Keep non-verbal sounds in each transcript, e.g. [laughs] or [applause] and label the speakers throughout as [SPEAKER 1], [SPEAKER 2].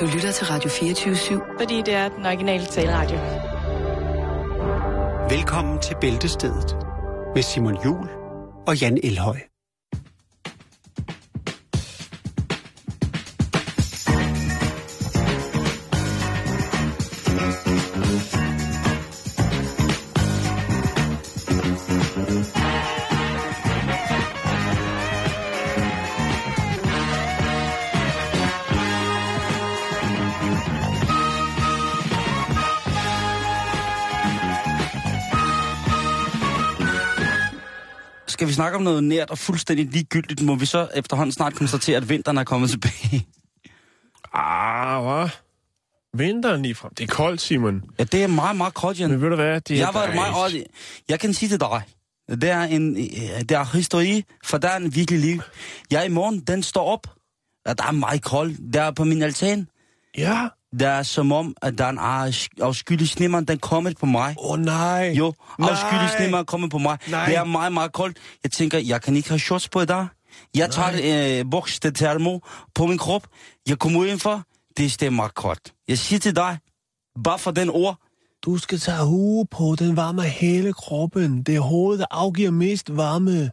[SPEAKER 1] Du lytter til Radio 24-7.
[SPEAKER 2] fordi det er den originale taleradio.
[SPEAKER 3] Velkommen til Bæltestedet med Simon Jul og Jan Elhøj.
[SPEAKER 4] Skal vi snakke om noget nært og fuldstændig ligegyldigt, må vi så efterhånden snart konstatere, at vinteren er kommet
[SPEAKER 5] [laughs]
[SPEAKER 4] tilbage.
[SPEAKER 5] Ah, hvad? Vinteren lige frem. Det er koldt, Simon.
[SPEAKER 4] Ja, det er meget, meget koldt, Jan.
[SPEAKER 5] Men ved du hvad? Det er
[SPEAKER 4] Jeg var
[SPEAKER 5] dejligt.
[SPEAKER 4] meget også. Jeg kan sige til dig, det er en, øh, det er historie, for der er en virkelig liv. Jeg i morgen, den står op, og der er meget koldt. Der er på min altan,
[SPEAKER 5] Ja.
[SPEAKER 4] der er som om, at der er en afs- afskyelig snemand, den er kommet på mig.
[SPEAKER 5] Åh, oh, nej.
[SPEAKER 4] [laughs] Jo,
[SPEAKER 5] Nej.
[SPEAKER 4] afskyelig snemmer er kommet på mig.
[SPEAKER 5] Nej.
[SPEAKER 4] Det er meget, meget koldt. Jeg tænker, jeg kan ikke have shorts på i dag. Jeg tager øh, buks til termo på min krop. Jeg kommer ud indenfor. Det er stadig meget koldt. Jeg siger til dig, bare for den ord,
[SPEAKER 5] Du skal tage hue på. Den varmer hele kroppen. Det er hovedet, der afgiver mest varme.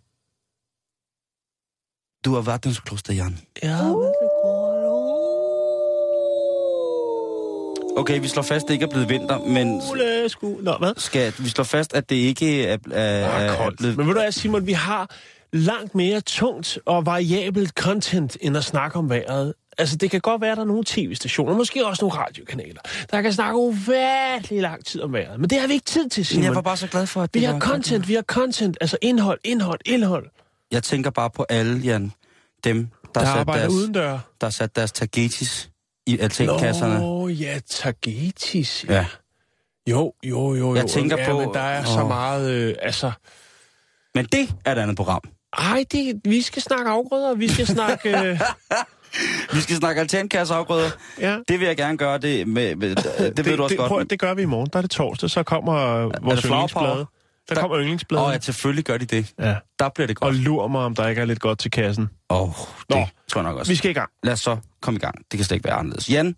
[SPEAKER 4] du er verdenskloster, Jan.
[SPEAKER 5] Ja, men det går
[SPEAKER 4] Okay, vi slår fast, det ikke er blevet vinter, men
[SPEAKER 5] Ole, sku. Nå, hvad?
[SPEAKER 4] skal, vi slår fast, at det ikke er, er,
[SPEAKER 5] er
[SPEAKER 4] er, er
[SPEAKER 5] koldt.
[SPEAKER 4] blevet...
[SPEAKER 5] Men ved du hvad, Simon, vi har langt mere tungt og variabelt content, end at snakke om vejret. Altså, det kan godt være, at der er nogle tv-stationer, måske også nogle radiokanaler, der kan snakke ufattelig lang tid om vejret. Men det har vi ikke tid til, Simon.
[SPEAKER 4] Jeg var bare så glad for, at
[SPEAKER 5] Vi
[SPEAKER 4] det
[SPEAKER 5] har
[SPEAKER 4] var-
[SPEAKER 5] content, vi har content. Altså, indhold, indhold, indhold.
[SPEAKER 4] Jeg tænker bare på alle, Jan. Dem, der,
[SPEAKER 5] Der
[SPEAKER 4] der, sat,
[SPEAKER 5] arbejder
[SPEAKER 4] deres,
[SPEAKER 5] uden dør.
[SPEAKER 4] der sat deres tagetis i altankasserne.
[SPEAKER 5] Nå, ja, Tagetis.
[SPEAKER 4] Ja.
[SPEAKER 5] Jo, jo, jo, jo.
[SPEAKER 4] Jeg tænker
[SPEAKER 5] ja,
[SPEAKER 4] på-
[SPEAKER 5] Men der er så
[SPEAKER 4] Åh.
[SPEAKER 5] meget, øh, altså...
[SPEAKER 4] Men det er et andet program.
[SPEAKER 5] Ej, det, vi skal snakke afgrøder, vi skal snakke...
[SPEAKER 4] [laughs]
[SPEAKER 5] Øh,
[SPEAKER 4] Vi skal snakke altankasseafgrøder.
[SPEAKER 5] ja.
[SPEAKER 4] Det vil jeg gerne gøre. Det, med, med, det, det ved du også
[SPEAKER 5] det,
[SPEAKER 4] godt.
[SPEAKER 5] Prøv, at- det gør vi i morgen. Der er det torsdag, så kommer øh, vores
[SPEAKER 4] flower
[SPEAKER 5] yndlingsblade.
[SPEAKER 4] power?
[SPEAKER 5] Der,
[SPEAKER 4] Der-
[SPEAKER 5] kommer yndlingsblade.
[SPEAKER 4] Åh, oh, ja, selvfølgelig gør de det.
[SPEAKER 5] ja.
[SPEAKER 4] Der bliver det
[SPEAKER 5] Og
[SPEAKER 4] godt.
[SPEAKER 5] lur mig, om der ikke er lidt godt til kassen.
[SPEAKER 4] Åh, oh, det
[SPEAKER 5] Nå.
[SPEAKER 4] tror jeg nok også.
[SPEAKER 5] Vi skal i gang.
[SPEAKER 4] Lad os så komme i gang. Det kan slet ikke være anderledes. Jan,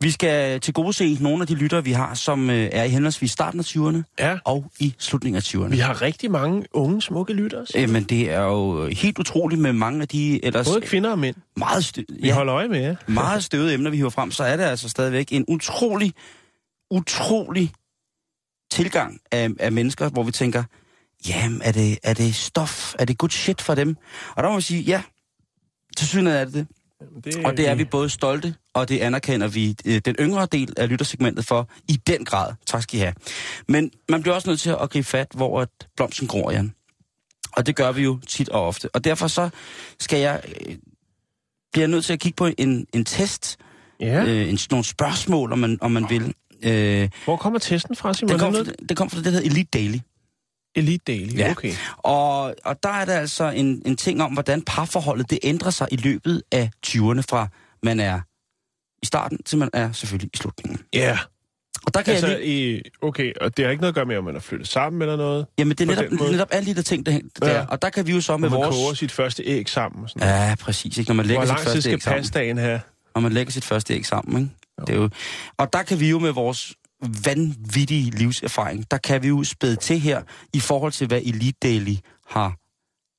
[SPEAKER 4] vi skal til gode se nogle af de lyttere, vi har, som øh, er i henholdsvis starten af 20'erne
[SPEAKER 5] Ja.
[SPEAKER 4] og i slutningen af 20'erne.
[SPEAKER 5] Vi har rigtig mange unge, smukke lyttere. Simon.
[SPEAKER 4] Jamen, det er jo helt utroligt med mange af de ellers
[SPEAKER 5] Både kvinder og mænd.
[SPEAKER 4] meget, stø-
[SPEAKER 5] Vi ja.
[SPEAKER 4] ja,
[SPEAKER 5] holder øje med jer.
[SPEAKER 4] meget støvede emner, vi hiver frem, så er det altså stadigvæk en utrolig, utrolig tilgang af, af mennesker, hvor vi tænker, jamen, er det, er det stof? Er det good shit for dem? Og der må vi sige, ja, til synes er det det.
[SPEAKER 5] Det,
[SPEAKER 4] Og det er vi både stolte, og det anerkender vi øh, den yngre del af lyttersegmentet for i den grad. Tak skal I have. Men man bliver også nødt til at gribe fat, hvor at blomsten gror, Jan. Og det gør vi jo tit og ofte. Og derfor så skal jeg, øh, bliver jeg nødt til at kigge på en, en test,
[SPEAKER 5] Ja.
[SPEAKER 4] øh, en, nogle spørgsmål, om man, om man vil. Øh,
[SPEAKER 5] Hvor kommer testen fra, Simon?
[SPEAKER 4] det,
[SPEAKER 5] Er
[SPEAKER 4] kom fra,
[SPEAKER 5] noget-
[SPEAKER 4] det kom fra det, der hedder Elite Daily.
[SPEAKER 5] Elite Daily,
[SPEAKER 4] Ja.
[SPEAKER 5] okay.
[SPEAKER 4] Og, og der er der altså en, en ting om, hvordan parforholdet det ændrer sig i løbet af 20'erne, fra man er i starten, til man er selvfølgelig i slutningen.
[SPEAKER 5] Ja,
[SPEAKER 4] Og der kan altså,
[SPEAKER 5] altså,
[SPEAKER 4] jeg lige,
[SPEAKER 5] i, okay, og det har ikke noget at gøre med, om man er flyttet sammen eller noget.
[SPEAKER 4] jamen det er
[SPEAKER 5] på
[SPEAKER 4] netop,
[SPEAKER 5] den måde.
[SPEAKER 4] netop alle de der ting, der, hæng- der
[SPEAKER 5] Ja.
[SPEAKER 4] ja. og der kan vi jo så
[SPEAKER 5] Når
[SPEAKER 4] med
[SPEAKER 5] man vores... koger
[SPEAKER 4] vores...
[SPEAKER 5] sit første æg sammen. Og sådan noget.
[SPEAKER 4] Ja, præcis. Ikke? Når man lægger
[SPEAKER 5] Hvor
[SPEAKER 4] sit første
[SPEAKER 5] lang tid skal
[SPEAKER 4] æg sammen.
[SPEAKER 5] pastaen have?
[SPEAKER 4] Når man lægger sit første æg sammen, ikke? Det er jo, og der kan vi jo med vores vanvittige livserfaring, der kan vi jo spæde til her, i forhold til, hvad Elite Daily har,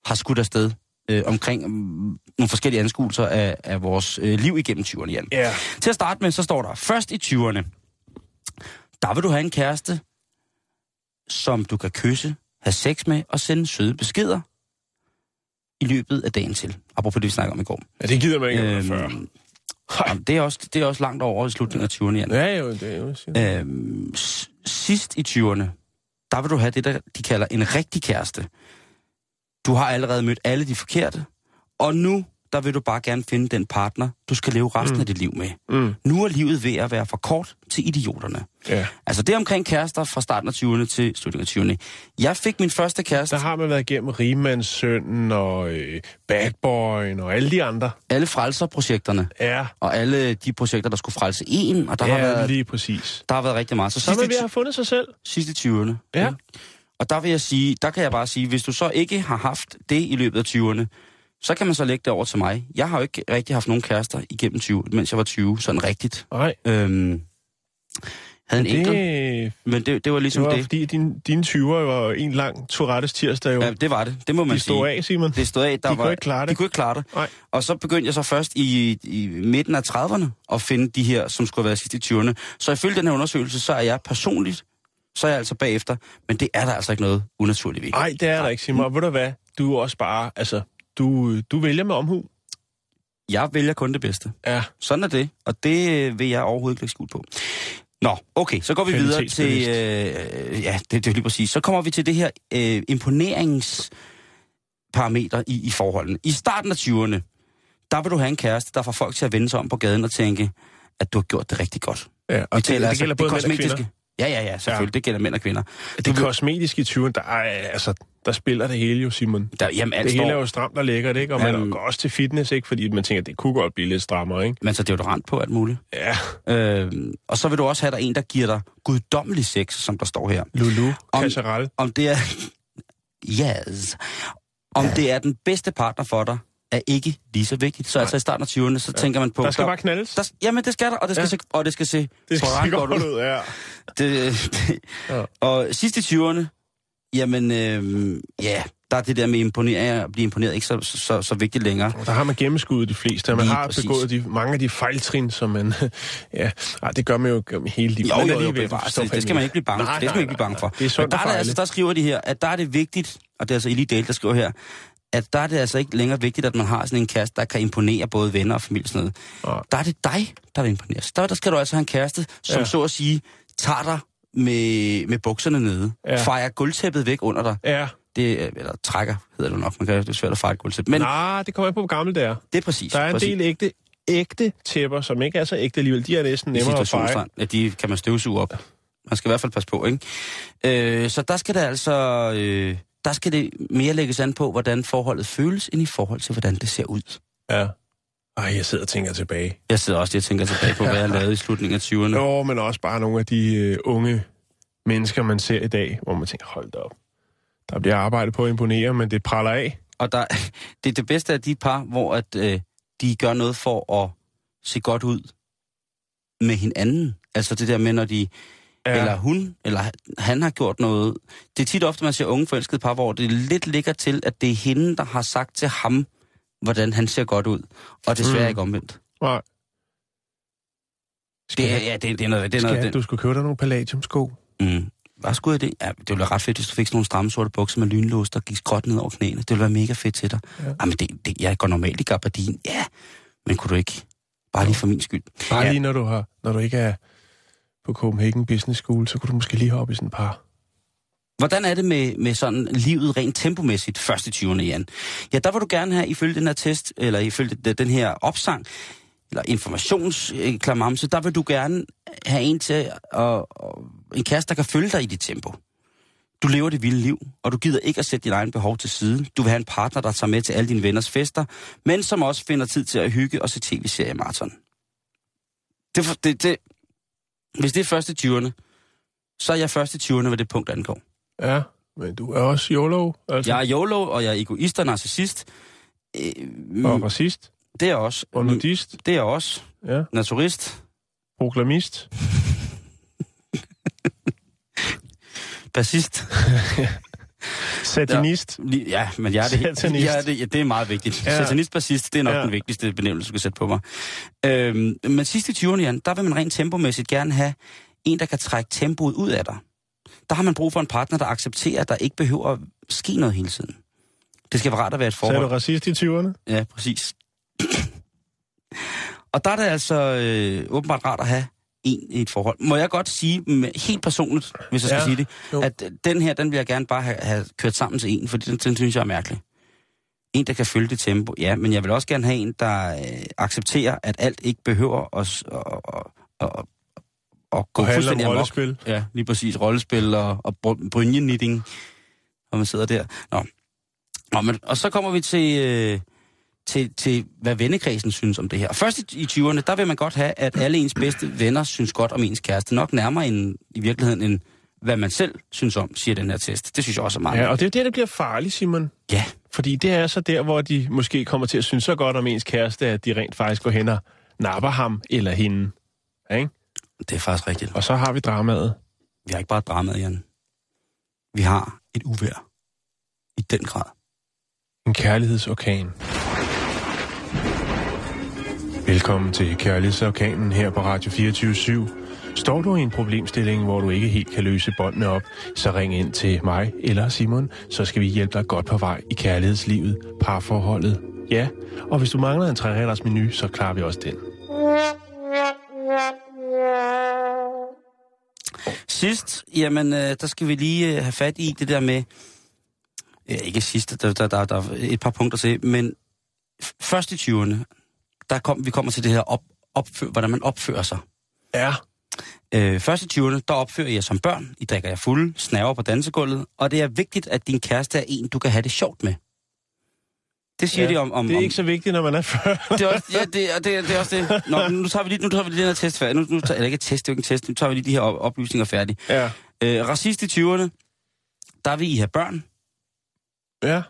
[SPEAKER 4] har skudt afsted øh, omkring mm, nogle forskellige anskuelser af, af vores øh, liv igennem 20'erne, Jan.
[SPEAKER 5] Ja.
[SPEAKER 4] Til at starte med, så står der, først i 20'erne, der vil du have en kæreste, som du kan kysse, have sex med og sende søde beskeder i løbet af dagen til. Apropos det, vi snakker om i går.
[SPEAKER 5] ja, det gider man ikke, øhm... før.
[SPEAKER 4] Øhm, jamen, det, er også, det er også langt over i slutningen af 20'erne. Jan.
[SPEAKER 5] Ja, jo, det er jo sådan.
[SPEAKER 4] Øhm, s- sidst i 20'erne, der vil du have det, der de kalder en rigtig kæreste. Du har allerede mødt alle de forkerte, og nu der vil du bare gerne finde den partner, du skal leve resten mm. af dit liv med.
[SPEAKER 5] Mm.
[SPEAKER 4] Nu er livet ved at være for kort til idioterne.
[SPEAKER 5] Ja.
[SPEAKER 4] Altså det er omkring kærester fra starten af 20'erne til slutningen af 20'erne. Jeg fik min første kæreste,
[SPEAKER 5] Der har man været igennem Riemandssønnen og øh, Bad Boyen og alle de andre.
[SPEAKER 4] alle frelserprojekterne,
[SPEAKER 5] Ja,
[SPEAKER 4] og alle de projekter, der skulle frelse en, og der, ja, har,
[SPEAKER 5] ja
[SPEAKER 4] været,
[SPEAKER 5] lige præcis.
[SPEAKER 4] der har været rigtig meget. Så
[SPEAKER 5] Så er
[SPEAKER 4] sidst
[SPEAKER 5] man
[SPEAKER 4] i,
[SPEAKER 5] ved at have fundet sig selv.
[SPEAKER 4] sidst i 20'erne.
[SPEAKER 5] Ja.
[SPEAKER 4] ikke? Og der vil jeg sige, der kan jeg bare sige, hvis du så ikke har haft det i løbet af 20'erne, Så kan man så lægge det over til mig. Jeg har jo ikke rigtig haft nogen kærester igennem 20, mens jeg var 20, sådan rigtigt.
[SPEAKER 5] Nej,
[SPEAKER 4] Øhm, havde en enkelt,
[SPEAKER 5] det,
[SPEAKER 4] men det, det var
[SPEAKER 5] det
[SPEAKER 4] ligesom
[SPEAKER 5] var
[SPEAKER 4] det.
[SPEAKER 5] fordi, din, dine 20'er var en lang Tourettes tirsdag jo.
[SPEAKER 4] Ja, det var det. Det må man
[SPEAKER 5] de
[SPEAKER 4] sige.
[SPEAKER 5] stod af, Simon.
[SPEAKER 4] Det stod af, der
[SPEAKER 5] De
[SPEAKER 4] var,
[SPEAKER 5] kunne ikke klare det.
[SPEAKER 4] De kunne ikke klare det.
[SPEAKER 5] Nej.
[SPEAKER 4] Og så begyndte jeg så først i, i midten af 30'erne at finde de her, som skulle have været sidst i 20'erne. Så ifølge den her undersøgelse, så er jeg personligt, så er jeg altså bagefter. Men det er der altså ikke noget unaturligt ved.
[SPEAKER 5] Nej, det er der ikke, Simon. Og ved du hvad? Du er også bare, altså, du, du vælger med omhu.
[SPEAKER 4] Jeg vælger kun det bedste.
[SPEAKER 5] Ja,
[SPEAKER 4] Sådan er det, og det øh, vil jeg overhovedet ikke lægge skjul på. Nå, okay, så går vi videre til... Øh, ja, det, det er lige præcis. Så kommer vi til det her øh, imponeringsparameter i, i forholdene. I starten af 20'erne, der vil du have en kæreste, der får folk til at vende sig om på gaden og tænke, at du har gjort det rigtig godt.
[SPEAKER 5] ja og det, det, det gælder både mænd og kvinder.
[SPEAKER 4] Ja, ja, ja, selvfølgelig. Ja. Det gælder mænd og kvinder.
[SPEAKER 5] Det kosmetiske i 20'erne, der, er, altså, der spiller det hele jo, Simon.
[SPEAKER 4] Der, jamen, altså, alt
[SPEAKER 5] Det hele er
[SPEAKER 4] står,
[SPEAKER 5] jo stramt og lækkert, ikke? Og man
[SPEAKER 4] Jamen.
[SPEAKER 5] går også til fitness, ikke? Fordi man tænker, det kunne godt blive lidt strammere, ikke?
[SPEAKER 4] man tager deodorant på alt muligt.
[SPEAKER 5] Ja,
[SPEAKER 4] Øh, og så vil du også have der en, der giver dig guddommelig sex, som der står her.
[SPEAKER 5] Lulu,
[SPEAKER 4] Om-
[SPEAKER 5] Kasseral.
[SPEAKER 4] om det er... [laughs] Yes. Om det er den bedste partner for dig, er ikke lige så vigtigt. Så altså i starten af 20'erne, så tænker man på...
[SPEAKER 5] Der skal bare knaldes.
[SPEAKER 4] der, jamen, det skal der, og det skal,
[SPEAKER 5] Ja.
[SPEAKER 4] ja. se, og det skal se
[SPEAKER 5] det skal
[SPEAKER 4] brandgodt
[SPEAKER 5] se godt ud, ja.
[SPEAKER 4] Det, det.
[SPEAKER 5] Ja.
[SPEAKER 4] Ja. [laughs] Og sidst i 20'erne, jamen, øh, ja, der er det der med imponere, at blive imponeret ikke så, så, så vigtigt længere.
[SPEAKER 5] Der har man gennemskuddet de fleste, og man
[SPEAKER 4] Lige
[SPEAKER 5] har
[SPEAKER 4] præcis.
[SPEAKER 5] begået de, mange af de fejltrin, som man... [laughs] Ja, ej, det gør man jo gennem hele livet.
[SPEAKER 4] Jo,
[SPEAKER 5] Men
[SPEAKER 4] jo, jo,
[SPEAKER 5] alligevel, du
[SPEAKER 4] bevares.
[SPEAKER 5] forstår,
[SPEAKER 4] det,
[SPEAKER 5] hvad
[SPEAKER 4] det
[SPEAKER 5] jeg
[SPEAKER 4] skal man ikke blive bange,
[SPEAKER 5] Nej,
[SPEAKER 4] det skal
[SPEAKER 5] nej,
[SPEAKER 4] man ikke blive bange
[SPEAKER 5] nej,
[SPEAKER 4] for.
[SPEAKER 5] nej. Det er sundt
[SPEAKER 4] Men der,
[SPEAKER 5] at
[SPEAKER 4] er det
[SPEAKER 5] fejle.
[SPEAKER 4] altså, der skriver de her, at der er det vigtigt, og det er altså Eli Dale, der skriver her, at der er det altså ikke længere vigtigt, at man har sådan en kæreste, der kan imponere både venner og familie og sådan noget.
[SPEAKER 5] Nej.
[SPEAKER 4] Der er det dig, der vil imponere. Så Der, der skal du altså have en kæreste, som
[SPEAKER 5] Ja.
[SPEAKER 4] ja. så at sige tager dig med, med bukserne nede,
[SPEAKER 5] Ja.
[SPEAKER 4] ja. fejrer gulvtæppet væk under dig.
[SPEAKER 5] Ja,
[SPEAKER 4] Det, øh, eller trækker, hedder det nok. Man kan, det er svært at fejre et gulvtæppe. Men
[SPEAKER 5] men...
[SPEAKER 4] Nej.
[SPEAKER 5] Nej, det kommer an på, hvor gammel det er.
[SPEAKER 4] det er præcis.
[SPEAKER 5] Der er en
[SPEAKER 4] præcis.
[SPEAKER 5] del ægte, ægte tæpper, som ikke er så ægte alligevel. De er næsten
[SPEAKER 4] i
[SPEAKER 5] nemmere at feje.
[SPEAKER 4] situationstegn, at de kan man støvsuge op. Man skal i hvert fald passe på, ikke? Øh, så der skal det altså... Øh, der skal det mere lægges an på, hvordan forholdet føles, end i forhold til, hvordan det ser ud.
[SPEAKER 5] Ja. Ej, jeg sidder og tænker tilbage.
[SPEAKER 4] Jeg sidder også lige og tænker tilbage på, hvad jeg lavede i slutningen af 20'erne.
[SPEAKER 5] Jo, men også bare nogle af de øh, unge mennesker, man ser i dag, hvor man tænker, hold da op. Der bliver arbejdet på at imponere, men det praller af.
[SPEAKER 4] Og der, [laughs] det er det bedste af de par, hvor at, øh, de gør noget for at se godt ud med hinanden. Altså det der med, når de Ja. Eller hun, eller han har gjort noget. Det er tit ofte, man ser unge forelskede par, hvor det lidt ligger til, at det er hende, der har sagt til ham, hvordan han ser godt ud. Og desværre
[SPEAKER 5] Mm.
[SPEAKER 4] mm. ikke omvendt.
[SPEAKER 5] Nej.
[SPEAKER 4] Det er, ja, det, det er noget... Det er
[SPEAKER 5] Skat,
[SPEAKER 4] noget det,
[SPEAKER 5] du skulle købe dig nogle palladiumsko.
[SPEAKER 4] mm. Hvad skulle det? Ja, det ville være ret fedt, hvis du fik sådan nogle stramme sorte bukser med lynlås, der gik skråt ned over knæene. Det ville være mega fedt til dig.
[SPEAKER 5] Ja.
[SPEAKER 4] Ja. Jamen, det, det, jeg går normalt i gabardin. Ja, men kunne du ikke? Bare lige for min skyld.
[SPEAKER 5] Bare ja.
[SPEAKER 4] Ja.
[SPEAKER 5] lige når du, har, når du ikke er på Copenhagen Business School, så kunne du måske lige hoppe i sådan et par.
[SPEAKER 4] Hvordan er det med, med sådan livet rent tempomæssigt først i 20'erne, Jan? Ja, der vil du gerne have, ifølge den her test, eller ifølge den- den her opsang, eller informationsklamamse, der vil du gerne have en til, og, og en kæreste, der kan følge dig i dit tempo. Du lever det vilde liv, og du gider ikke at sætte dine egne behov til side. Du vil have en partner, der tager med til alle dine venners fester, men som også finder tid til at hygge og se tv-serie maraton. Det, for- det, det, hvis det er første 20'erne, så er jeg første 20'erne, hvad det punkt angår.
[SPEAKER 5] Ja, men du er også YOLO, altså.
[SPEAKER 4] Jeg er YOLO, og jeg er egoist og narcissist. Øh, mm,
[SPEAKER 5] Og racist,
[SPEAKER 4] det er jeg også.
[SPEAKER 5] og
[SPEAKER 4] Mm,
[SPEAKER 5] nudist,
[SPEAKER 4] Det er jeg også.
[SPEAKER 5] ja.
[SPEAKER 4] Naturist.
[SPEAKER 5] Proklamist.
[SPEAKER 4] Bassist.
[SPEAKER 5] Satinist.
[SPEAKER 4] Li- Ja, men jeg er det.
[SPEAKER 5] Satanist.
[SPEAKER 4] Jeg er det, ja, det er meget vigtigt.
[SPEAKER 5] Ja.
[SPEAKER 4] Ja. Satanist, bassist, det er nok
[SPEAKER 5] Ja.
[SPEAKER 4] ja. den vigtigste benævnelse, du kan sætte på mig. Øhm, men sidst i 20'erne, Jan, der vil man rent tempomæssigt gerne have en, der kan trække tempoet ud af dig. Der har man brug for en partner, der accepterer, at der ikke behøver at ske noget hele tiden. Det skal være rart at være et
[SPEAKER 5] Så er du
[SPEAKER 4] forhold.
[SPEAKER 5] racist i 20'erne?
[SPEAKER 4] Ja, præcis. Og der er det altså øh, åbenbart rart at have en i et forhold. Må jeg godt sige, med- helt personligt, hvis jeg skal
[SPEAKER 5] Ja,
[SPEAKER 4] ja, sige det,
[SPEAKER 5] jo.
[SPEAKER 4] jo. at øh, den her, den vil jeg gerne bare have, have kørt sammen til en, fordi den, den synes jeg er mærkelig. En, der kan følge det tempo, ja, men jeg vil også gerne have en, der øh, accepterer, at alt ikke behøver at, s- at, at, at, at, at gå
[SPEAKER 5] Og handler om
[SPEAKER 4] fuldstændig amok.
[SPEAKER 5] rollespil.
[SPEAKER 4] Ja, lige præcis. Rollespil og, og br- brynjenitting, når man sidder der. Nå. Nå men, og så kommer vi til, øh, til, til, hvad vennekredsen synes om det her. Først i, i 20'erne, der vil man godt have, at alle ens bedste venner synes godt om ens kæreste. Nok nærmere end, i virkeligheden end, hvad man selv synes om, siger den her test. Det synes jeg også er meget.
[SPEAKER 5] Ja, og det er jo der, det bliver farligt, Simon.
[SPEAKER 4] ja
[SPEAKER 5] Fordi det er så der, hvor de måske kommer til at synes så godt om ens kæreste, at de rent faktisk går hen og napper ham eller hende. Ja, Ikke?
[SPEAKER 4] Det er faktisk rigtigt.
[SPEAKER 5] Og så har vi dramaet.
[SPEAKER 4] Vi har ikke bare et drama, Jan. Vi har et uvær. I den grad.
[SPEAKER 5] En kærlighedsorkan. Velkommen til Kærlighedsorkanen her på Radio 24 Står du i en problemstilling, hvor du ikke helt kan løse båndene op, så ring ind til mig eller Simon, så skal vi hjælpe dig godt på vej i kærlighedslivet, parforholdet. Ja, og hvis du mangler en træretters menu, så klarer vi også den.
[SPEAKER 4] Sidst, jamen, øh, der skal vi lige øh, have fat i det der med... Ja, ikke sidst, der, der, der, der er et par punkter til, men f- først i 20'erne, der kom, vi kommer til det her, op, opfør, hvordan man opfører sig.
[SPEAKER 5] Ja,
[SPEAKER 4] Øh, først i 20'erne, der opfører jeg som børn, I drikker jeg fulde, snaver på dansegulvet, og det er vigtigt, at din kæreste er en, du kan have det sjovt med. Det siger
[SPEAKER 5] Ja,
[SPEAKER 4] ja, de om... om
[SPEAKER 5] det er
[SPEAKER 4] om,
[SPEAKER 5] ikke så vigtigt, når man er 40.
[SPEAKER 4] det er også, ja, det, er- det, er- det er også det. Nå, men nu tager vi lige, nu tager vi lige den her test færdig. Nu, nu tager, eller ikke et test, det er jo ikke en test. Nu tager vi lige de her op- oplysninger færdige.
[SPEAKER 5] Ja.
[SPEAKER 4] Øh, racist i 20'erne, der vil I have børn.
[SPEAKER 5] Ja.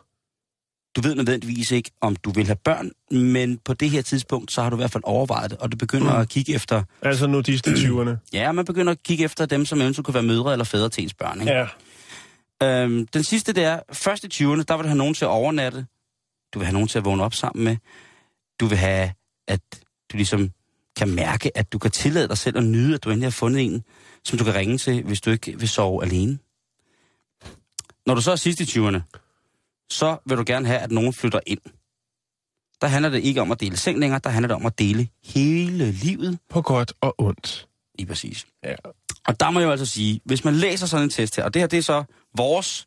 [SPEAKER 4] Du ved nødvendigvis ikke, om du vil have børn, men på det her tidspunkt, så har du i hvert fald overvejet det, og du begynder
[SPEAKER 5] Mm.
[SPEAKER 4] mm. at kigge efter... [clears throat]
[SPEAKER 5] Altså nudistetyverne.
[SPEAKER 4] Ja, man begynder at kigge efter dem, som eventuelt kunne være mødre eller fædre til ens børn. Ikke?
[SPEAKER 5] Ja.
[SPEAKER 4] Øhm, den sidste, det er, først i 20'erne, der vil du have nogen til at overnatte. Du vil have nogen til at vågne op sammen med. Du vil have, at du ligesom kan mærke, at du kan tillade dig selv at nyde, at du endelig har fundet en, som du kan ringe til, hvis du ikke vil sove alene. Når du så er sidst i 20'erne, så vil du gerne have, at nogen flytter ind. Der handler det ikke om at dele seng længere, der handler det om at dele hele livet.
[SPEAKER 5] På godt og ondt.
[SPEAKER 4] Lige præcis.
[SPEAKER 5] Ja.
[SPEAKER 4] Og der må jeg jo altså sige, hvis man læser sådan en test her, og det her det er så vores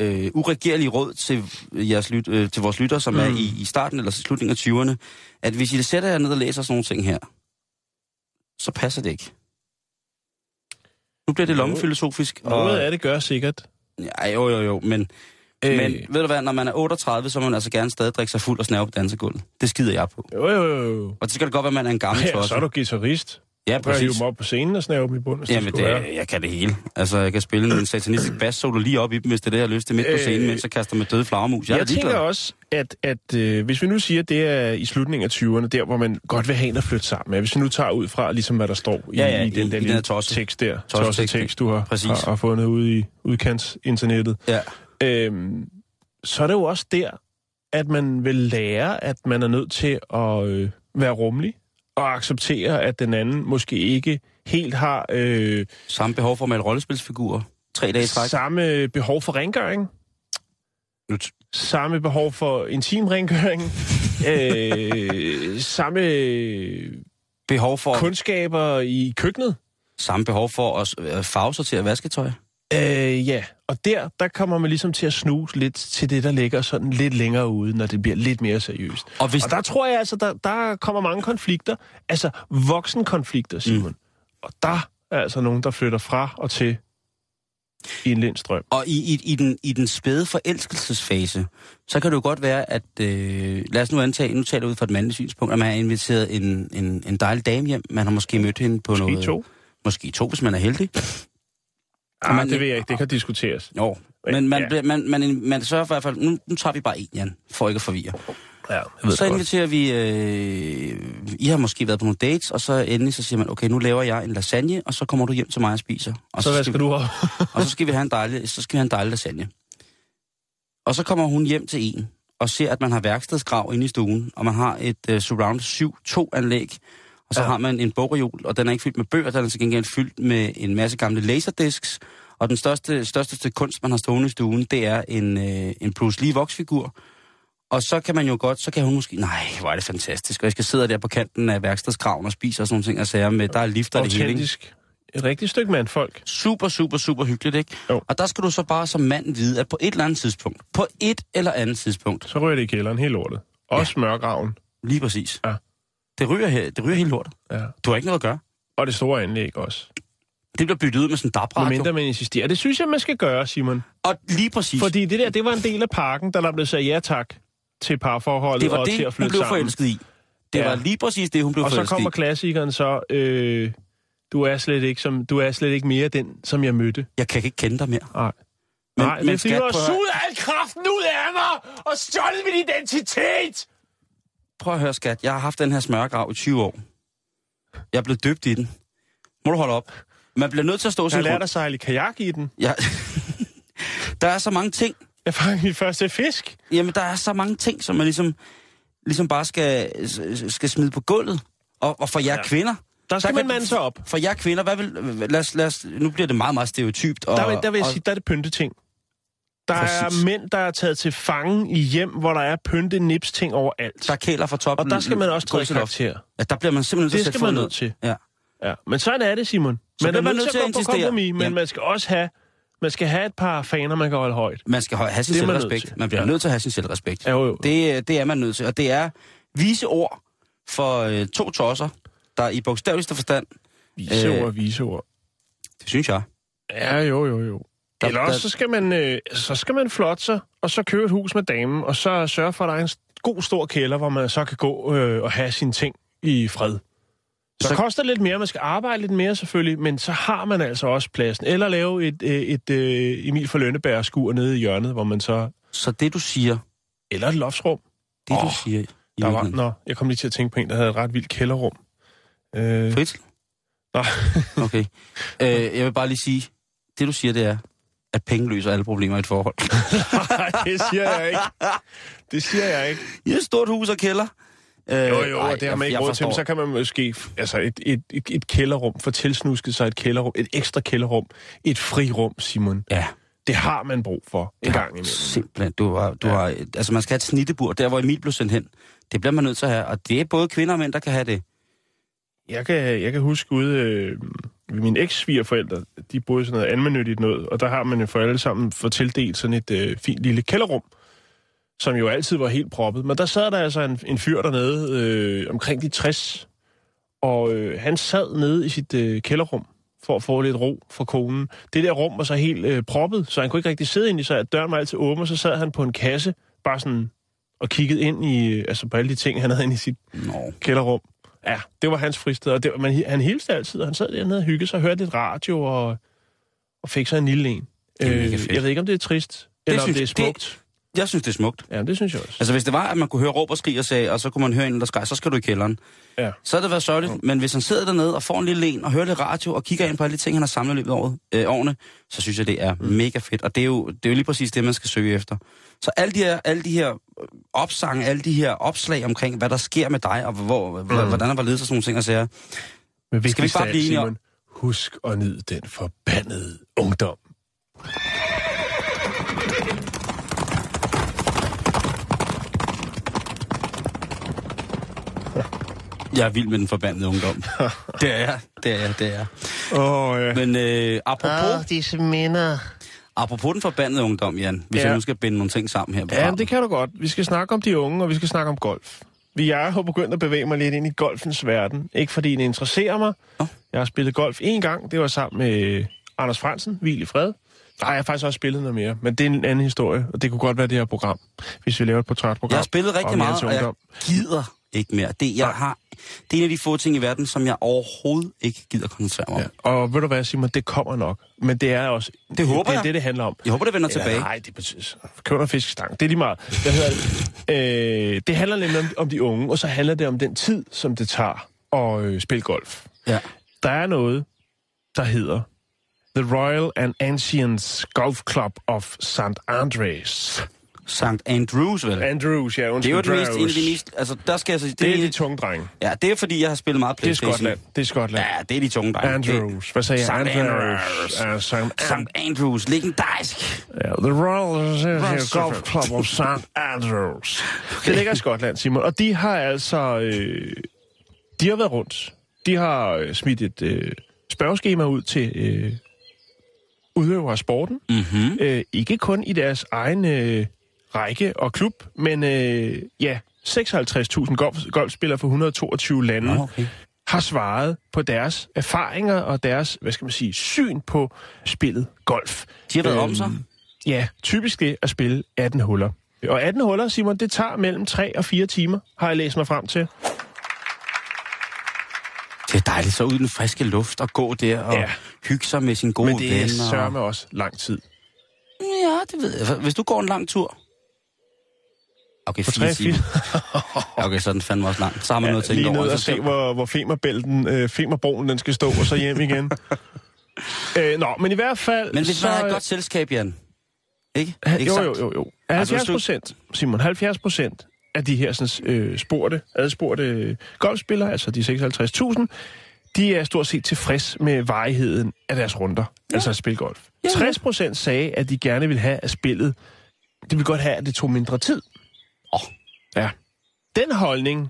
[SPEAKER 4] øh, uregerlige råd til, jeres lyt, øh, til vores lytter, som mm. er
[SPEAKER 5] Mm.
[SPEAKER 4] i, i starten eller slutningen af 20'erne, at hvis I sætter jer ned og læser sådan nogle ting her, så passer det ikke. Nu bliver det
[SPEAKER 5] Jo.
[SPEAKER 4] lommefilosofisk.
[SPEAKER 5] Noget
[SPEAKER 4] Og,
[SPEAKER 5] af det gør sikkert.
[SPEAKER 4] ja, jo, jo, jo, men, øh. men ved du hvad, når man er 38, så må man altså gerne stadig drikke sig fuld og snæve på dansegulvet. Det skider jeg på.
[SPEAKER 5] Jo, jo, jo, jo.
[SPEAKER 4] Og så kan det godt være, at man er en gammel
[SPEAKER 5] Ja,
[SPEAKER 4] tosset.
[SPEAKER 5] så er du guitarist.
[SPEAKER 4] Ja,
[SPEAKER 5] Du kan hive
[SPEAKER 4] præcis.
[SPEAKER 5] dem op på scenen og snæve dem i bunden, hvis
[SPEAKER 4] Jamen,
[SPEAKER 5] det,
[SPEAKER 4] det,
[SPEAKER 5] skulle
[SPEAKER 4] jeg kan det hele. Altså, jeg kan spille en satanistisk bass solo lige op i dem, hvis det er det, jeg har lyst til midt på
[SPEAKER 5] Øh,
[SPEAKER 4] scenen, mens jeg kaster med døde flagermus. Jeg, er
[SPEAKER 5] Jeg, jeg
[SPEAKER 4] ligeglad.
[SPEAKER 5] tænker også, at, at øh, hvis vi nu siger, at det er i slutningen af 20'erne, der hvor man godt vil have en at flytte sammen med, hvis vi nu tager ud fra, ligesom hvad der står i,
[SPEAKER 4] Ja, ja, i-
[SPEAKER 5] i den der
[SPEAKER 4] i den
[SPEAKER 5] lille
[SPEAKER 4] her tosse-
[SPEAKER 5] tekst der,
[SPEAKER 4] tossetekst,
[SPEAKER 5] tosse tekst, du har,
[SPEAKER 4] Præcis.
[SPEAKER 5] har, har fundet ude i udkantsinternettet,
[SPEAKER 4] Ja.
[SPEAKER 5] øhm, så er det jo også der, at man vil lære, at man er nødt til at øh, være rummelig og acceptere, at den anden måske ikke helt har... Øh,
[SPEAKER 4] Samme behov for at male rollespilsfigurer. Tre dage i træk.
[SPEAKER 5] samme behov for rengøring,
[SPEAKER 4] Nu t-
[SPEAKER 5] samme behov for intim rengøring, øh, samme
[SPEAKER 4] behov for,
[SPEAKER 5] kundskaber i køkkenet.
[SPEAKER 4] samme behov for at øh, farve sig til at vasketøj.
[SPEAKER 5] Øh, ja, og der, der kommer man ligesom til at snuse lidt til det, der ligger sådan lidt længere ude, når det bliver lidt mere seriøst.
[SPEAKER 4] Og hvis
[SPEAKER 5] Og der tror jeg altså, der, der kommer mange konflikter, altså voksenkonflikter, Simon. Mm. Og der er altså nogen, der flytter fra og til i en lindstrøm.
[SPEAKER 4] Og i, i, i, den, i den spæde forelskelsesfase, så kan det jo godt være, at... Øh, lad os nu antage, nu taler jeg ud fra et mandligt synspunkt, at man har inviteret en, en, en dejlig dame hjem. Man har måske mødt hende på
[SPEAKER 5] Måske
[SPEAKER 4] noget...
[SPEAKER 5] to.
[SPEAKER 4] Måske to, hvis man er heldig.
[SPEAKER 5] Ah,
[SPEAKER 4] man-
[SPEAKER 5] det ved jeg ikke, det kan diskuteres.
[SPEAKER 4] Jo, men man,
[SPEAKER 5] Ja.
[SPEAKER 4] ja. man, man, man sørger for i hvert fald, nu, nu tager vi bare en, Jan, for ikke at forvirre.
[SPEAKER 5] Ja, jeg ved
[SPEAKER 4] Så
[SPEAKER 5] det godt.
[SPEAKER 4] inviterer vi, øh, I har måske været på nogle dates, og så endelig så siger man, okay, nu laver jeg en lasagne, og så kommer du hjem til mig og spiser. Og
[SPEAKER 5] Så hvad
[SPEAKER 4] skal
[SPEAKER 5] skal du have?
[SPEAKER 4] vi, og så skal vi have en dejlig, så skal vi have en dejlig lasagne. Og så kommer hun hjem til en, og ser, at man har værkstedsgrav inde i stuen, og man har et øh, Surround 7-2-anlæg, og så
[SPEAKER 5] Ja.
[SPEAKER 4] ja. har man en bogreol, og den er ikke fyldt med bøger, den er til gengæld fyldt med en masse gamle laserdisks, og den største, største stykke kunst, man har stående i stuen, det er en, øh, en Bruce Lee voksfigur. Og så kan man jo godt, så kan hun måske, nej, hvor er det fantastisk, og jeg skal sidde der på kanten af værkstedskraven og spise og sådan nogle ting og sager med, der er lifter og det hele, ikke?
[SPEAKER 5] autentisk. Et rigtigt stykke mandfolk.
[SPEAKER 4] Super, super, super hyggeligt, ikke?
[SPEAKER 5] Jo.
[SPEAKER 4] Og der skal du så bare som mand vide, at på et eller andet tidspunkt, på et eller andet tidspunkt,
[SPEAKER 5] Så rører det i kælderen helt lortet. Også ja. mørkraven.
[SPEAKER 4] lige præcis,
[SPEAKER 5] Ja.
[SPEAKER 4] det, ryger, her, det ryger helt lort.
[SPEAKER 5] Ja.
[SPEAKER 4] Du har ikke noget at gøre.
[SPEAKER 5] Og det store anlæg også.
[SPEAKER 4] Det bliver byttet ud med sådan en
[SPEAKER 5] Men
[SPEAKER 4] dabradio.
[SPEAKER 5] mindre man insisterer. Det synes jeg, man skal gøre, Simon.
[SPEAKER 4] Og lige præcis, Fordi
[SPEAKER 5] Fordi det der, det var en del af pakken, der der blev sagt ja tak til parforholdet
[SPEAKER 4] det var
[SPEAKER 5] og til
[SPEAKER 4] det,
[SPEAKER 5] at
[SPEAKER 4] hun
[SPEAKER 5] flytte
[SPEAKER 4] blev
[SPEAKER 5] sammen.
[SPEAKER 4] forelsket i. Det
[SPEAKER 5] Ja.
[SPEAKER 4] ja. var lige præcis det, hun blev
[SPEAKER 5] Og så
[SPEAKER 4] forelsket i.
[SPEAKER 5] kommer klassikeren så, øh, du, er slet ikke som, du er slet ikke mere den, som jeg mødte.
[SPEAKER 4] Jeg kan ikke kende dig mere.
[SPEAKER 5] Nej. Men, Nej, men det er fordi,
[SPEAKER 4] skat,
[SPEAKER 5] du har
[SPEAKER 4] prøv at høre-
[SPEAKER 5] suget al kraften ud af mig og stjålet min identitet!
[SPEAKER 4] Prøv at høre, skat. Jeg har haft den her smørgrav i 20 år. Jeg er blevet dybt i den. Må du holde op. Man bliver nødt til at stå
[SPEAKER 5] Jeg
[SPEAKER 4] sin
[SPEAKER 5] lærte
[SPEAKER 4] grund.
[SPEAKER 5] at sejle kajak i den.
[SPEAKER 4] Ja. [laughs] der er så mange ting.
[SPEAKER 5] Jeg fangede min første fisk.
[SPEAKER 4] Jamen, der er så mange ting, som man ligesom, ligesom bare skal, skal smide på gulvet. Og, og for jer
[SPEAKER 5] Ja.
[SPEAKER 4] ja. kvinder,
[SPEAKER 5] Der skal
[SPEAKER 4] Der
[SPEAKER 5] man
[SPEAKER 4] kan-
[SPEAKER 5] mande sig op.
[SPEAKER 4] for jer kvinder, hvad vil, lad os, lad os, nu bliver det meget, meget stereotypt. Og,
[SPEAKER 5] Der vil, der vil jeg
[SPEAKER 4] og,
[SPEAKER 5] sige, der er det pynteting. Der
[SPEAKER 4] Præcis.
[SPEAKER 5] er mænd, der er taget til fange i hjem, hvor der er pynte nips ting overalt.
[SPEAKER 4] der er kæler fra toppen.
[SPEAKER 5] Og der skal man også træde
[SPEAKER 4] gå til loft.
[SPEAKER 5] karakter.
[SPEAKER 4] Ja, der bliver man simpelthen nødt til
[SPEAKER 5] Det
[SPEAKER 4] at sætte
[SPEAKER 5] skal
[SPEAKER 4] foden
[SPEAKER 5] man nødt
[SPEAKER 4] ned.
[SPEAKER 5] til.
[SPEAKER 4] Ja.
[SPEAKER 5] Ja. Men sådan er det, Simon.
[SPEAKER 4] Så
[SPEAKER 5] man er
[SPEAKER 4] bliver
[SPEAKER 5] nødt til at gå på
[SPEAKER 4] insistere.
[SPEAKER 5] kompromis, men
[SPEAKER 4] Ja.
[SPEAKER 5] man skal også have, man skal have et par faner, man kan holde højt.
[SPEAKER 4] Man skal hø- have sin
[SPEAKER 5] Det er man nødt til.
[SPEAKER 4] selvrespekt. Man bliver
[SPEAKER 5] Ja.
[SPEAKER 4] nødt til at have sin selvrespekt.
[SPEAKER 5] Ja, jo, jo.
[SPEAKER 4] Det, øh, det er man nødt til. Og det er vise ord for øh, to tosser, der i bogstaveligste forstand,
[SPEAKER 5] Viseord,
[SPEAKER 4] Øh.
[SPEAKER 5] viseord.
[SPEAKER 4] det synes jeg,
[SPEAKER 5] Ja, jo, jo, jo.
[SPEAKER 4] Der-
[SPEAKER 5] Eller også,
[SPEAKER 4] der-
[SPEAKER 5] så skal man, øh, så skal man flotte sig, og så købe et hus med damen, og så sørge for, at der er en s- god stor kælder, hvor man så kan gå øh, og have sine ting i fred.
[SPEAKER 4] Så-
[SPEAKER 5] Så, så koster det lidt mere, man skal arbejde lidt mere selvfølgelig, men så har man altså også pladsen. Eller lave et, øh, et, et Emil for Lønneberg skur nede i hjørnet, hvor man så...
[SPEAKER 4] så det du siger,
[SPEAKER 5] Eller et loftsrum.
[SPEAKER 4] det du
[SPEAKER 5] Åh,
[SPEAKER 4] siger i
[SPEAKER 5] Der var,
[SPEAKER 4] virkeligheden.
[SPEAKER 5] nå, jeg kom lige til at tænke på en, der havde et ret vildt kælderrum. Øh,
[SPEAKER 4] Fritz?
[SPEAKER 5] Nå.
[SPEAKER 4] okay. Øh, jeg vil bare lige sige, det du siger, det er, at penge løser alle problemer i et forhold. [laughs]
[SPEAKER 5] nej, [laughs] det siger jeg ikke. Det siger jeg ikke.
[SPEAKER 4] I et stort hus og kælder. Øh,
[SPEAKER 5] Jo, jo,
[SPEAKER 4] ej,
[SPEAKER 5] og det har man
[SPEAKER 4] jeg-
[SPEAKER 5] ikke
[SPEAKER 4] jeg
[SPEAKER 5] råd til, men
[SPEAKER 4] forstår.
[SPEAKER 5] så kan man måske... f- Altså, et, et, et, et kælderrum, for tilsnusket sig et kælderrum, et ekstra kælderrum, et frirum, Simon.
[SPEAKER 4] Ja,
[SPEAKER 5] Det har man brug for en gang imellem.
[SPEAKER 4] simpelthen. Du har, du har, altså, man skal have et snittebur, der hvor Emil blev sendt hen. Det bliver man nødt til at have, og det er både kvinder og mænd, der kan have det.
[SPEAKER 5] Jeg kan, jeg kan huske ude... Øh, ved mine eks-svigerforældre, de boede i sådan noget anmenyttigt noget, og der har man jo for alle sammen for tildelt sådan et øh, fint lille kælderrum, som jo altid var helt proppet. Men der sad der altså en, en fyr dernede, øh, omkring de 60, og øh, han sad nede i sit øh, kælderrum for at få lidt ro fra konen. Det der rum var så helt øh, proppet, så han kunne ikke rigtig sidde ind i sig. Døren var altid åben, og så sad han på en kasse, bare sådan og kiggede ind i, øh, altså på alle de ting, han havde inde i sit
[SPEAKER 4] Nå.
[SPEAKER 5] kælderrum. Ja, det var hans fristed, og det, var- man, han hilste altid, og han sad dernede og hyggede sig, hørte lidt radio og, og fik sig en lille en.
[SPEAKER 4] er mega
[SPEAKER 5] Øh,
[SPEAKER 4] fedt.
[SPEAKER 5] jeg ved ikke, om det er trist, eller om
[SPEAKER 4] synes-
[SPEAKER 5] det er
[SPEAKER 4] det-
[SPEAKER 5] smukt.
[SPEAKER 4] Jeg synes, det er smukt.
[SPEAKER 5] Det... Ja, det synes jeg også.
[SPEAKER 4] Altså, hvis det var, at man kunne høre råb og skrig og sagde, og så kunne man høre en, der skreg, så skal du i kælderen.
[SPEAKER 5] Ja.
[SPEAKER 4] Så havde det været sørgeligt, men hvis han sidder dernede og får en lille en, og hører lidt radio, og kigger ind på alle de ting, han har samlet i løbet af året, øh, årene, så synes jeg, det er
[SPEAKER 5] Mm.
[SPEAKER 4] mega fedt. Og det er, jo, det er jo lige præcis det, man skal søge efter. Så alle de her, alle de her øh, opsange, alle de her opslag omkring, hvad der sker med dig, og hvor, mm. hvordan der var ledes og sådan nogle ting, og sager.
[SPEAKER 5] Men
[SPEAKER 4] Altså, vi ikke
[SPEAKER 5] vigtigst
[SPEAKER 4] bare
[SPEAKER 5] af alt,
[SPEAKER 4] blive enige om-
[SPEAKER 5] Simon, husk at nyde den forbandede ungdom.
[SPEAKER 4] Jeg er vild med den forbandede ungdom.
[SPEAKER 5] [laughs]
[SPEAKER 4] det er jeg, det er jeg, det er jeg.
[SPEAKER 5] Åh, oh, ja.
[SPEAKER 4] Men øh, apropos, ah.
[SPEAKER 5] disse minder.
[SPEAKER 4] apropos den forbandede ungdom, Jan, hvis
[SPEAKER 5] Ah. Ja.
[SPEAKER 4] ja. jeg nu skal binde nogle ting sammen her på
[SPEAKER 5] Ja,
[SPEAKER 4] radioen.
[SPEAKER 5] men det kan du godt. Vi skal snakke om de unge, og vi skal snakke om golf. Vi jeg har begyndt at bevæge mig lidt ind i golfens verden. Ikke fordi den interesserer mig.
[SPEAKER 4] Nå.
[SPEAKER 5] Jeg har spillet golf én gang. Det var sammen med Anders Fransen, Hvil i fred. Nej, jeg har faktisk også spillet noget mere, men det er en anden historie, og det kunne godt være det her program, hvis vi laver et portrætprogram.
[SPEAKER 4] Jeg har spillet rigtig
[SPEAKER 5] om
[SPEAKER 4] meget,
[SPEAKER 5] jeres
[SPEAKER 4] og jeg
[SPEAKER 5] altså ungdom.
[SPEAKER 4] gider ikke mere. Det, jeg har, det er en af de få ting i verden, som jeg overhovedet ikke gider koncentrere mig om.
[SPEAKER 5] Ja. Og ved du hvad, Simon, det kommer nok. Men det er også...
[SPEAKER 4] Det håber
[SPEAKER 5] det, er
[SPEAKER 4] jeg.
[SPEAKER 5] det, det handler om.
[SPEAKER 4] Jeg håber, det vender tilbage.
[SPEAKER 5] Nej, det betyder... Køb og fiskestang, det er lige meget. Hvad hedder det? Øh, det handler nemlig om, om de unge, og så handler det om den tid, som det tager at øh, spille golf.
[SPEAKER 4] Ja.
[SPEAKER 5] Der er noget, der hedder The Royal and Ancients Golf Club of St. Andrews.
[SPEAKER 4] Sankt Andrews, vel?
[SPEAKER 5] Andrews, ja,
[SPEAKER 4] Det er
[SPEAKER 5] undskyld.
[SPEAKER 4] jo det mest, en af de
[SPEAKER 5] Andrews.
[SPEAKER 4] mest... Altså, der skal jeg så... Det,
[SPEAKER 5] Det
[SPEAKER 4] det
[SPEAKER 5] er de
[SPEAKER 4] er,
[SPEAKER 5] tunge drenge.
[SPEAKER 4] ja, det er fordi, jeg har spillet meget
[SPEAKER 5] Det er
[SPEAKER 4] Playstation.
[SPEAKER 5] Skotland. Det er Skotland.
[SPEAKER 4] Ja, det er de tunge drenge.
[SPEAKER 5] Andrews. Hvad sagde jeg?
[SPEAKER 4] St.
[SPEAKER 5] Andrews. Ja, St.
[SPEAKER 4] Det,
[SPEAKER 5] Andrews.
[SPEAKER 4] Sankt Andrews, legendarisk.
[SPEAKER 5] Ja, The Royal Association
[SPEAKER 4] Royal
[SPEAKER 5] Golf Club of St. Andrews. [laughs] Det ligger i Skotland, Simon. Og de har altså... Øh, de har været rundt. De har øh, smidt et øh, spørgeskema ud til øh, udøvere af sporten.
[SPEAKER 4] Mm-hmm.
[SPEAKER 5] Øh, ikke kun i deres egen øh, række og klub, men øh, ja, 56.000 golf, golfspillere fra 122 lande
[SPEAKER 4] Nå, okay.
[SPEAKER 5] har svaret på deres erfaringer og deres, hvad skal man sige, syn på spillet golf. Øhm,
[SPEAKER 4] De har været om sig.
[SPEAKER 5] Ja, typisk det at spille 18 huller. Og 18 huller, Simon, det tager mellem 3 og 4 timer, har jeg læst mig frem til.
[SPEAKER 4] Det er dejligt, så ud i den friske luft og gå der og
[SPEAKER 5] Ja.
[SPEAKER 4] hygge sig med sine gode
[SPEAKER 5] Men det er
[SPEAKER 4] venner.
[SPEAKER 5] sørme også lang tid.
[SPEAKER 4] Ja, det ved jeg. Hvis du går en lang tur... Okay,
[SPEAKER 5] På
[SPEAKER 4] fire
[SPEAKER 5] tre,
[SPEAKER 4] timer. Okay, så er den fandme også lang. Så har man ja, noget at tænke
[SPEAKER 5] lige
[SPEAKER 4] over.
[SPEAKER 5] ned og
[SPEAKER 4] Så
[SPEAKER 5] se,
[SPEAKER 4] skal-
[SPEAKER 5] hvor, hvor femerbælten, øh, femerbroen, den skal stå, og så hjem
[SPEAKER 4] [laughs]
[SPEAKER 5] igen. øh, nå, men i hvert fald...
[SPEAKER 4] Men hvis
[SPEAKER 5] så,
[SPEAKER 4] man har et godt selskab, Jan. Ikke? ikke
[SPEAKER 5] jo,
[SPEAKER 4] sandt?
[SPEAKER 5] jo, jo, jo.
[SPEAKER 4] Altså, hvis
[SPEAKER 5] 70
[SPEAKER 4] du-
[SPEAKER 5] procent, Simon, 70 procent af de her sådan, øh, spurgte, adspurgte øh, golfspillere, altså de 56.000, de er stort set tilfreds med varigheden af deres runder, ja. altså at spille golf.
[SPEAKER 4] Ja, ja.
[SPEAKER 5] 60 procent sagde, at de gerne ville have, at spillet, det ville godt have, at det tog mindre tid.
[SPEAKER 4] Åh.
[SPEAKER 5] Ja. Den holdning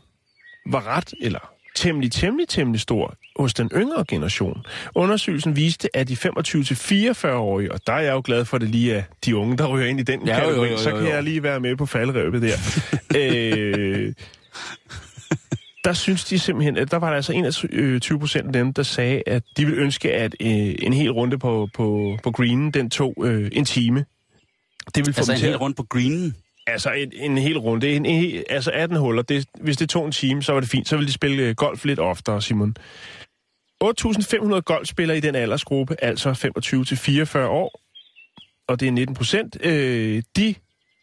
[SPEAKER 5] var ret, eller temmelig, temmelig, temmelig stor hos den yngre generation. Undersøgelsen viste, at de 25-44-årige, og der er jeg jo glad for, at det lige er de unge, der ryger ind i
[SPEAKER 4] Ja,
[SPEAKER 5] den
[SPEAKER 4] jo,
[SPEAKER 5] ja, kategori,
[SPEAKER 4] jo, jo,
[SPEAKER 5] så
[SPEAKER 4] jo,
[SPEAKER 5] kan
[SPEAKER 4] jo.
[SPEAKER 5] jeg lige være med på
[SPEAKER 4] [laughs]
[SPEAKER 5] faldrebet der. øh, der synes de simpelthen, at der var der altså 21 procent af dem, der sagde, at de ville ønske, at øh, en hel runde på, på, på greenen, den tog øh, en time. Det ville få
[SPEAKER 4] Altså
[SPEAKER 5] dem
[SPEAKER 4] en
[SPEAKER 5] til
[SPEAKER 4] hel
[SPEAKER 5] at
[SPEAKER 4] rundt på greenen.
[SPEAKER 5] Altså en, en hel runde, en, en, hel- altså 18 huller. Det, hvis det tog en time, så var det fint. Så ville de spille øh, golf lidt oftere, Simon. 8.500 golfspillere i den aldersgruppe, altså 25-44 år, og det er 19 procent, øh, de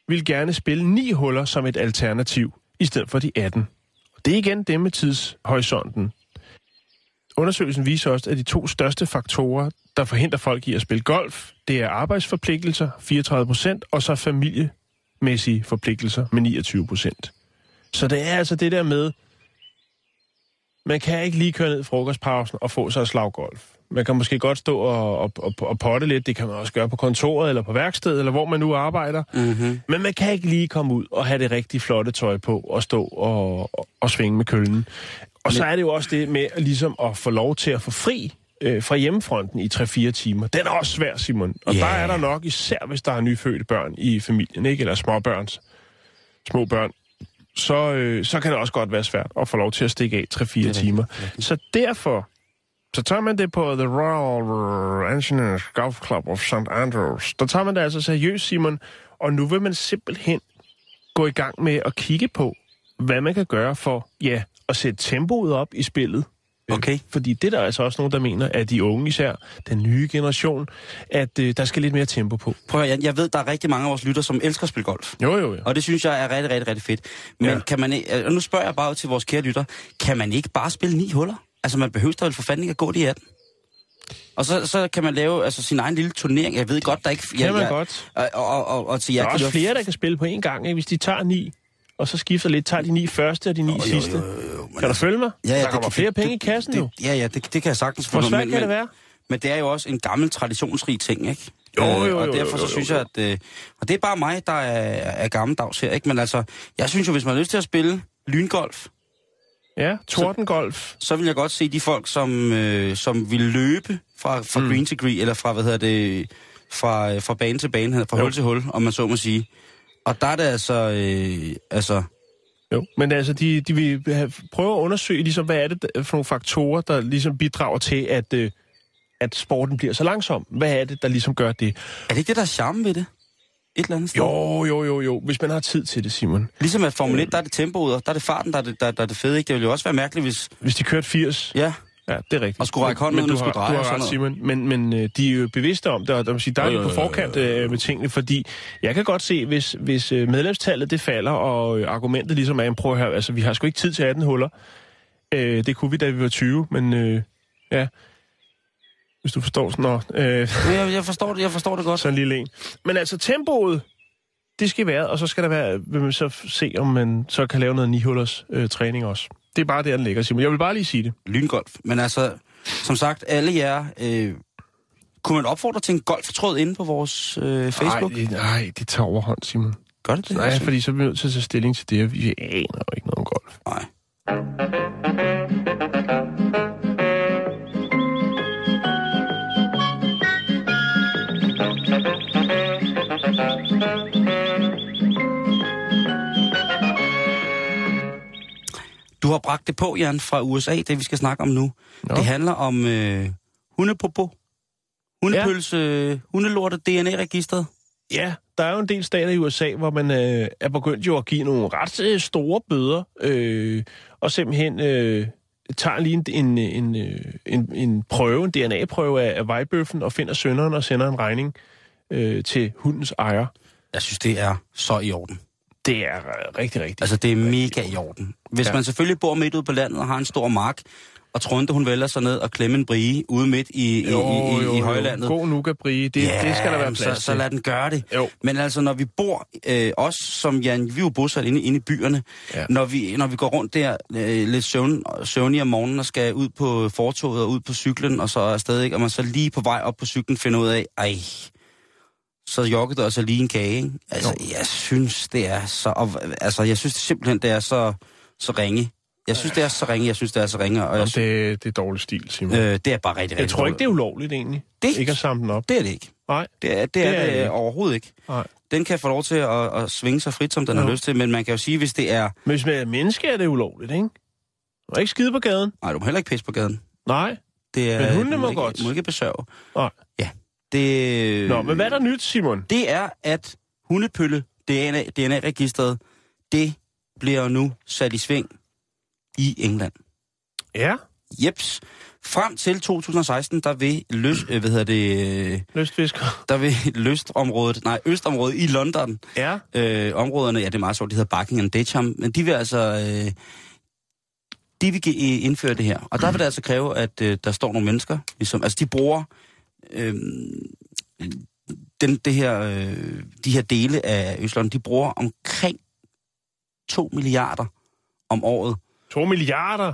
[SPEAKER 5] vil gerne spille 9 huller som et alternativ, i stedet for de 18. Og det er igen det med tidshorisonten. Undersøgelsen viser også, at de to største faktorer, der forhindrer folk i at spille golf, det er arbejdsforpligtelser, 34 procent, og så familie mæssige forpligtelser med 29 procent. Så det er altså det der med, man kan ikke lige køre ned i frokostpausen og få sig et slaggolf. Man kan måske godt stå og, og, og, og potte lidt, det kan man også gøre på kontoret eller på værkstedet, eller hvor man nu arbejder.
[SPEAKER 4] Mm-hmm.
[SPEAKER 5] Men man kan ikke lige komme ud og have det rigtig flotte tøj på og stå og, og, og svinge med køllen. Og så er det jo også det med at ligesom at få lov til at få fri øh, fra hjemmefronten i 3-4 timer. Den er også svær, Simon. Og
[SPEAKER 4] Ja.
[SPEAKER 5] der er der nok, især hvis der er nyfødte børn i familien, ikke? eller småbørn, små børn, så, øh, så kan det også godt være svært at få lov til at stikke af 3-4 timer. Så derfor, så tager man det på The Royal Engineers Golf Club of St. Andrews. Der tager man det altså seriøst, Simon. Og nu vil man simpelthen gå i gang med at kigge på, hvad man kan gøre for, ja, at sætte tempoet op i spillet.
[SPEAKER 4] Okay.
[SPEAKER 5] Fordi det er der altså også nogen, der mener, at de unge især, den nye generation, at øh, der skal lidt mere tempo på.
[SPEAKER 4] Prøv at høre, Jan, jeg ved, der er rigtig mange af vores lytter, som elsker at spille golf.
[SPEAKER 5] Jo, jo, jo.
[SPEAKER 4] Og det synes jeg er rigtig, rigtig, rigtig fedt. Men
[SPEAKER 5] Ja.
[SPEAKER 4] ja. kan man, ikke- og nu spørger jeg bare til vores kære lytter, kan man ikke bare spille ni huller? Altså, man behøver da vel for fanden ikke at gå de 18. Og så, så kan man lave altså, sin egen lille turnering. Jeg ved godt, der er ikke...
[SPEAKER 5] Kan
[SPEAKER 4] jeg,
[SPEAKER 5] man
[SPEAKER 4] jeg,
[SPEAKER 5] godt.
[SPEAKER 4] Og, og, og, og til
[SPEAKER 5] Der
[SPEAKER 4] jer
[SPEAKER 5] er
[SPEAKER 4] kan
[SPEAKER 5] også
[SPEAKER 4] det-
[SPEAKER 5] flere, der kan spille på én gang, ikke? hvis de tager ni, og så skifter lidt, tager de ni første og de ni sidste. Kan du følge mig?
[SPEAKER 4] Ja, ja,
[SPEAKER 5] der kommer
[SPEAKER 4] det,
[SPEAKER 5] flere
[SPEAKER 4] det,
[SPEAKER 5] penge
[SPEAKER 4] det,
[SPEAKER 5] i kassen
[SPEAKER 4] altså- det,
[SPEAKER 5] jo.
[SPEAKER 4] Ja, ja, det, det kan jeg sagtens
[SPEAKER 5] Hvor
[SPEAKER 4] forstå,
[SPEAKER 5] svært
[SPEAKER 4] men-
[SPEAKER 5] kan det
[SPEAKER 4] men-
[SPEAKER 5] være?
[SPEAKER 4] Men det er jo også en gammel, traditionsrig ting, ikke?
[SPEAKER 5] Jo, jo,
[SPEAKER 4] Øh,
[SPEAKER 5] jo,
[SPEAKER 4] Og
[SPEAKER 5] jo,
[SPEAKER 4] derfor
[SPEAKER 5] jo,
[SPEAKER 4] så
[SPEAKER 5] jo,
[SPEAKER 4] synes
[SPEAKER 5] jo.
[SPEAKER 4] jeg, at... øh, Og det er bare mig, der er, er gammeldags her, ikke? Men altså, jeg synes jo, hvis man har lyst til at spille lyngolf,
[SPEAKER 5] Ja, tordengolf.
[SPEAKER 4] så vil jeg godt se de folk, som, øh, som vil løbe fra, fra mm. green til green, eller fra, hvad hedder det, fra, øh, fra bane til bane, fra
[SPEAKER 5] Jo.
[SPEAKER 4] jo. hul til hul, om man så må sige. Og der er det altså, øh, altså,
[SPEAKER 5] Jo, men altså, de, de vil have, prøve at undersøge, ligesom, hvad er det der- for nogle faktorer, der ligesom bidrager til, at, øh, at sporten bliver så langsom. Hvad er det, der ligesom gør det?
[SPEAKER 4] er det ikke det, der er charme ved det? Et eller andet sted?
[SPEAKER 5] Jo, jo, jo, jo, hvis man har tid til det, Simon.
[SPEAKER 4] Ligesom at Formel 1, der er det tempoet, og der er det farten, der er det, der, der er det fede, ikke? Det ville jo også være mærkeligt, hvis...
[SPEAKER 5] Hvis de kørte 80,
[SPEAKER 4] Ja,
[SPEAKER 5] Ja, det er rigtigt.
[SPEAKER 4] Og skulle række hånden
[SPEAKER 5] men,
[SPEAKER 4] ud,
[SPEAKER 5] men
[SPEAKER 4] når
[SPEAKER 5] du
[SPEAKER 4] du skulle
[SPEAKER 5] har,
[SPEAKER 4] dreje
[SPEAKER 5] du
[SPEAKER 4] og
[SPEAKER 5] har ret,
[SPEAKER 4] sådan
[SPEAKER 5] Simon. Men, men øh, de er jo bevidste om det, og der, vil sige, der er
[SPEAKER 4] Jo,
[SPEAKER 5] de
[SPEAKER 4] jo,
[SPEAKER 5] på
[SPEAKER 4] jo, jo,
[SPEAKER 5] forkant øh, med tingene, fordi jeg kan godt se, hvis, hvis øh, medlemstallet det falder, og øh, argumentet ligesom er, "Jamen, prøv at høre, altså vi har sgu ikke tid til 18 huller. Øh, det kunne vi, da vi var 20, men øh, ja, hvis du forstår sådan noget. Øh, [laughs]
[SPEAKER 4] men jeg, jeg, forstår det, jeg forstår det godt.
[SPEAKER 5] sådan en lille en. Men altså tempoet, det skal være, og så skal der være, vil man så f- se, om man så kan lave noget 9-hullers øh, træning også. Det er bare der, den ligger, Simon. Jeg vil bare lige sige det.
[SPEAKER 4] lyngolf. Men altså, som sagt, alle jer... Øh, kunne man opfordre til en golftråd inde på vores øh, Facebook?
[SPEAKER 5] Nej, det, nej, det tager overhånd, Simon.
[SPEAKER 4] Gør det det?
[SPEAKER 5] Nej, fordi så er vi nødt til at tage stilling til det, og vi aner jo ikke noget om golf.
[SPEAKER 4] Nej. Du har bragt det på, Jan, fra USA, det vi skal snakke om nu.
[SPEAKER 5] Nå.
[SPEAKER 4] Nå. Det handler om øh, hundepopo. Hundepølse, ja. hundelorte, DNA-registret.
[SPEAKER 5] Ja, der er jo en del stater i USA, hvor man øh, er begyndt jo at give nogle ret øh, store bøder, øh, og simpelthen øh, tager lige en, en, en, øh, en, en prøve, en DNA-prøve af, af vejbøffen, og finder sønderen og sender en regning øh, til hundens ejer.
[SPEAKER 4] Jeg synes, det er så i orden.
[SPEAKER 5] Det er øh, rigtig, rigtig.
[SPEAKER 4] Altså, det er mega i orden. Hvis
[SPEAKER 5] Ja.
[SPEAKER 4] ja. man selvfølgelig bor midt ude på landet og har en stor mark, og Trunte, hun vælger sig ned og klemme en brie ude midt i, i, i, i, i højlandet.
[SPEAKER 5] God nu, Gabrie. Det, ja, det skal der være
[SPEAKER 4] men
[SPEAKER 5] plads
[SPEAKER 4] så, så lad den gøre det.
[SPEAKER 5] Jo.
[SPEAKER 4] Men altså, når vi bor, øh, os som Jan, vi er jo bosat inde, inde i byerne,
[SPEAKER 5] Ja.
[SPEAKER 4] ja. når, vi, når vi går rundt der øh, lidt søvn, søvnig om morgenen og skal ud på fortoget og ud på cyklen, og så er afsted, ikke? og man så lige på vej op på cyklen finder ud af, ej, så jokkede der altså lige en kage. Ikke? Altså, jo. jeg synes, det er så... Og, altså, jeg synes det simpelthen, det er så, så ringe. Jeg synes, det er så ringe, jeg synes, det er så ringe, og jeg
[SPEAKER 5] til.
[SPEAKER 4] synes,
[SPEAKER 5] Det, det er dårlig stil, Simon.
[SPEAKER 4] øh, det er bare rigtig, rigtig
[SPEAKER 5] jeg tror ikke, det
[SPEAKER 4] dårligt.
[SPEAKER 5] er ulovligt egentlig.
[SPEAKER 4] Det-
[SPEAKER 5] Ikke at samle den op.
[SPEAKER 4] det er det ikke.
[SPEAKER 5] Nej.
[SPEAKER 4] Det er det, det, er
[SPEAKER 5] er det
[SPEAKER 4] det
[SPEAKER 5] ikke.
[SPEAKER 4] overhovedet ikke.
[SPEAKER 5] Nej.
[SPEAKER 4] Den kan få lov til at, at svinge sig frit, som den
[SPEAKER 5] Jo.
[SPEAKER 4] har lyst til, men man kan jo sige, hvis det er...
[SPEAKER 5] Men hvis man er menneske, er det ulovligt, ikke? Og ikke skide på gaden.
[SPEAKER 4] Nej, du må heller ikke pisse på gaden.
[SPEAKER 5] Nej.
[SPEAKER 4] Det er,
[SPEAKER 5] Men hundene
[SPEAKER 4] du
[SPEAKER 5] må
[SPEAKER 4] ikke,
[SPEAKER 5] godt.
[SPEAKER 4] Du må ikke besørge.
[SPEAKER 5] Nej.
[SPEAKER 4] Ja. Det, øh,
[SPEAKER 5] Nå, men hvad er der nyt, Simon?
[SPEAKER 4] Det er, at hundepølle, DNA, DNA-registret, det bliver nu sat i sving i England.
[SPEAKER 5] Ja,
[SPEAKER 4] Jeps. Frem til 2016, der vil løs, øh, hvad hedder det, øh,
[SPEAKER 5] lystfisker.
[SPEAKER 4] der vil [laughs] løstområdet, nej, østområdet i London,
[SPEAKER 5] Ja.
[SPEAKER 4] øh, områderne, ja det er meget sjovt, de hedder Buckingham Daycham, men de vil altså, øh, de vil gi- indføre det her. Og der vil det altså kræve, at øh, der står nogle mennesker, ligesom, altså de bruger øh, den, det her, øh, de her dele af Østland, de bruger omkring 2 milliarder om året,
[SPEAKER 5] To milliarder.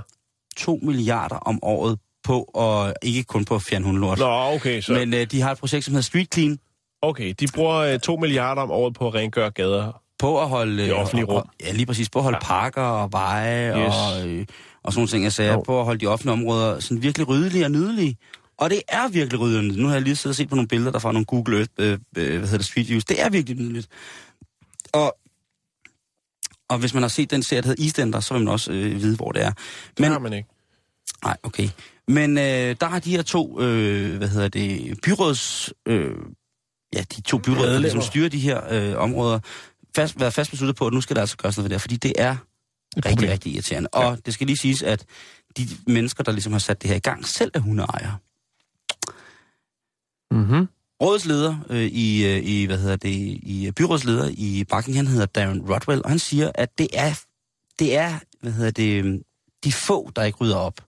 [SPEAKER 4] 2 milliarder om året på, og ikke kun på at fjerne hundelort.
[SPEAKER 5] Nå, okay, så. Men...
[SPEAKER 4] Men øh, de har et projekt, som hedder Street Clean,
[SPEAKER 5] Okay, de bruger øh, to milliarder om året på at rengøre gader.
[SPEAKER 4] på at holde...
[SPEAKER 5] Det
[SPEAKER 4] øh,
[SPEAKER 5] offentlige
[SPEAKER 4] og-
[SPEAKER 5] rum.
[SPEAKER 4] Ja, lige præcis. På at holde ja. parker og veje
[SPEAKER 5] Yes.
[SPEAKER 4] yes. og, øh, og sådan nogle ting, jeg sagde.
[SPEAKER 5] Jo.
[SPEAKER 4] På at holde de offentlige områder sådan virkelig ryddelige og nydelige. Og det er virkelig ryddeligt. Nu har jeg lige siddet og set på nogle billeder der fra nogle Google Earth, øh, øh, hvad hedder det, Street Views. Det er virkelig nydeligt. Og, og hvis man har set den serie, der hedder EastEnders, så vil man også øh, vide, hvor det er.
[SPEAKER 5] Det
[SPEAKER 4] Men
[SPEAKER 5] har man ikke.
[SPEAKER 4] Nej, okay. Men øh, der har de her to, øh, hvad hedder det, byråds... Øh, ja, de to byråd, der
[SPEAKER 5] Medlemmer.
[SPEAKER 4] ligesom styrer de her øh, områder, fast, været fast besluttet på, at nu skal der altså gøres noget ved det her, fordi det er rigtig, rigtig irriterende. Og det skal lige siges, at de mennesker, der ligesom har sat det her i gang, selv er hundeejere.
[SPEAKER 5] Mm-hmm.
[SPEAKER 4] Rådets leder øh, i, øh, i, hvad hedder det, i byrådsleder i Buckingham hedder Darren Rodwell, og han siger, at det er, det er, hvad hedder det, øh, de få, der ikke rydder op.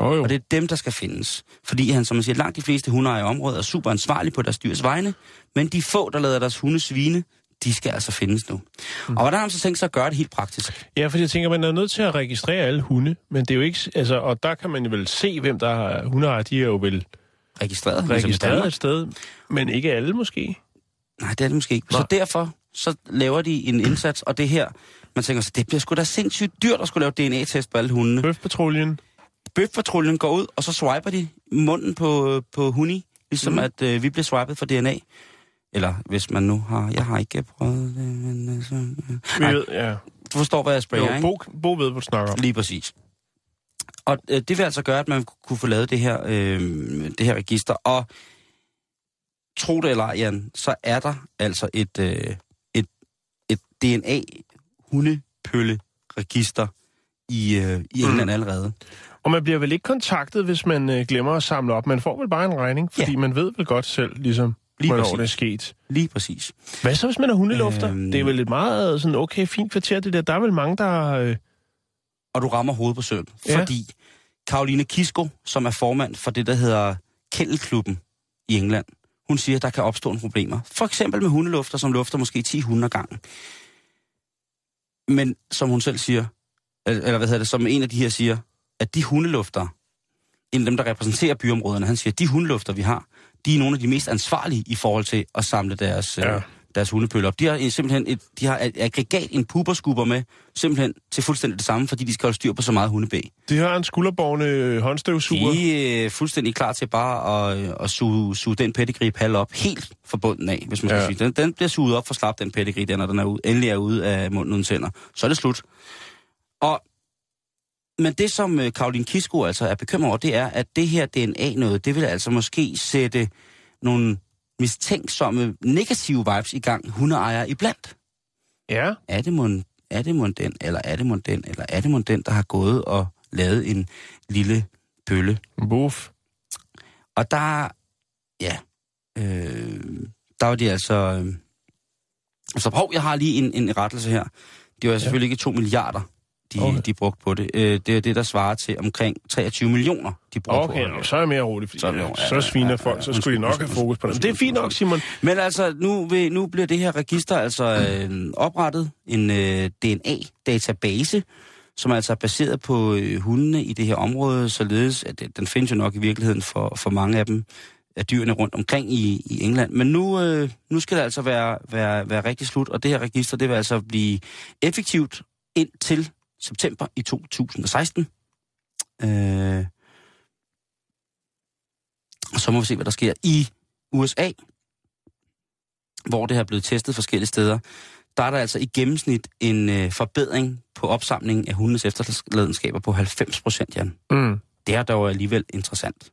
[SPEAKER 5] Oh, jo.
[SPEAKER 4] Og
[SPEAKER 5] Det...
[SPEAKER 4] det er dem, der skal findes. Fordi han, som man siger, langt de fleste hundeejere i området er super ansvarlige på deres dyrs vegne, men de få, der lader deres hunde svine, de skal altså findes nu. Mm. Og hvordan har man så tænkt sig at gøre det helt praktisk?
[SPEAKER 5] Ja, fordi jeg tænker, man er nødt til at registrere alle hunde, men det er jo ikke... s- Altså, og der kan man jo vel se, hvem der er hundeejer. De er jo vel
[SPEAKER 4] Registreret? ligesom i
[SPEAKER 5] registreret
[SPEAKER 4] Danmark?
[SPEAKER 5] et sted, men ikke alle måske.
[SPEAKER 4] Nej, det er det måske ikke.
[SPEAKER 5] Nej.
[SPEAKER 4] Så derfor så laver de en indsats, og det her, man tænker så det bliver sgu da sindssygt dyrt at skulle lave DNA-test på alle hundene.
[SPEAKER 5] Bøfpatruljen.
[SPEAKER 4] Bøfpatruljen går ud, og så swiper de munden på, på hundi, ligesom mm. at øh, vi bliver swipet for DNA. Eller hvis man nu har... Jeg har ikke prøvet det, men... Altså, øh.
[SPEAKER 5] Vi
[SPEAKER 4] Ej,
[SPEAKER 5] ved, ja.
[SPEAKER 4] du forstår, hvad jeg sprayer,
[SPEAKER 5] Jo,
[SPEAKER 4] ikke?
[SPEAKER 5] Bo, Bo ved, hvor du snakker om.
[SPEAKER 4] Lige præcis. Og øh, det vil altså gøre, at man ku- kunne få lavet det her, øh, det her register. Og tro det eller ej, Jan, så er der altså et, øh, et, et DNA hundepølle register i, øh, i England
[SPEAKER 5] Mm.
[SPEAKER 4] mm. allerede.
[SPEAKER 5] Og man bliver vel ikke kontaktet, hvis man øh, glemmer at samle op. Man får vel bare en regning, fordi ja. man ved vel godt selv, ligesom,
[SPEAKER 4] Lige
[SPEAKER 5] Lige hvornår
[SPEAKER 4] præcis.
[SPEAKER 5] det er sket.
[SPEAKER 4] Lige præcis.
[SPEAKER 5] Hvad så, hvis man er hundelufter? Øhm...
[SPEAKER 4] Øhm.
[SPEAKER 5] Det er vel et meget sådan, okay, fint kvarter, det der. Der er vel mange, der... Øh...
[SPEAKER 4] Og du rammer hovedet på sømmet,
[SPEAKER 5] Ja.
[SPEAKER 4] ja. fordi Karoline Kisko, som er formand for det, der hedder Kennelklubben i England, hun siger, at der kan opstå nogle problemer. For eksempel med hundelufter, som lufter måske 10 hunde gangen. Men som hun selv siger, eller eller hvad hedder det, som en af de her siger, at de hundelufter, en af dem, der repræsenterer byområderne, han siger, at de hundelufter, vi har, de er nogle af de mest ansvarlige i forhold til at samle deres,
[SPEAKER 5] Ja.
[SPEAKER 4] ja. øh, deres hundepøller op. De har en- simpelthen et, de har et aggregat, en puberskubber med, simpelthen til fuldstændig det samme, fordi de skal holde styr på så meget hundebæ.
[SPEAKER 5] Det her er en skulderborgne øh, håndstøvsuger.
[SPEAKER 4] De er øh, fuldstændig klar til bare at, øh, at suge, suge den pedigree pal op helt fra bunden af, hvis man skal
[SPEAKER 5] Ja.
[SPEAKER 4] ja. sige. Den, den bliver suget op for slap, den pedigree, der, når den er ude, endelig er ude af munden uden tænder. Så er det slut. Og, men det, som øh, Karoline Kisko altså er bekymret over, det er, at det her DNA-noget, det vil altså måske sætte nogle mistænksomme negative vibes i gang, hundeejere iblandt
[SPEAKER 5] Ja,
[SPEAKER 4] er det mon, er det mon den, eller er det mon den, eller er det mon den, der har gået og lavet en lille bølle.
[SPEAKER 5] buff.
[SPEAKER 4] Og der, ja, øh, der var de altså... Øh, så hov, jeg har lige en, en rettelse her. Det var selvfølgelig ja. ikke 2 milliarder, de,
[SPEAKER 5] Okay.
[SPEAKER 4] okay. de brugte på det. Øh, det er det, der svarer til omkring 23 millioner, de brugte på
[SPEAKER 5] Okay,
[SPEAKER 4] det.
[SPEAKER 5] nå, så er jeg mere rolig, fordi
[SPEAKER 4] Så
[SPEAKER 5] så,
[SPEAKER 4] er det jo-
[SPEAKER 5] ja,
[SPEAKER 4] ja,
[SPEAKER 5] så
[SPEAKER 4] ja,
[SPEAKER 5] sviner
[SPEAKER 4] ja, ja,
[SPEAKER 5] folk, så
[SPEAKER 4] undskyld,
[SPEAKER 5] skulle de nok have
[SPEAKER 4] undskyld,
[SPEAKER 5] fokus på dem. Det er fint nok, Simon.
[SPEAKER 4] Men altså, nu, vil, nu bliver det her register altså øh, oprettet, en øh, DNA-database, som altså er baseret på øh, hundene i det her område, således at øh, den findes jo nok i virkeligheden for, for mange af dem, af dyrene rundt omkring i, i England. Men nu, øh, nu skal det altså være, være, være rigtig slut, og det her register, det vil altså blive effektivt indtil september i 2016. Øh, og så må vi se, hvad der sker i USA hvor det her er blevet testet forskellige steder, der er der altså i gennemsnit en øh, forbedring på opsamlingen af hundenes efterladenskaber på 90 procent, Jan.
[SPEAKER 5] Mm.
[SPEAKER 4] Det er dog alligevel interessant.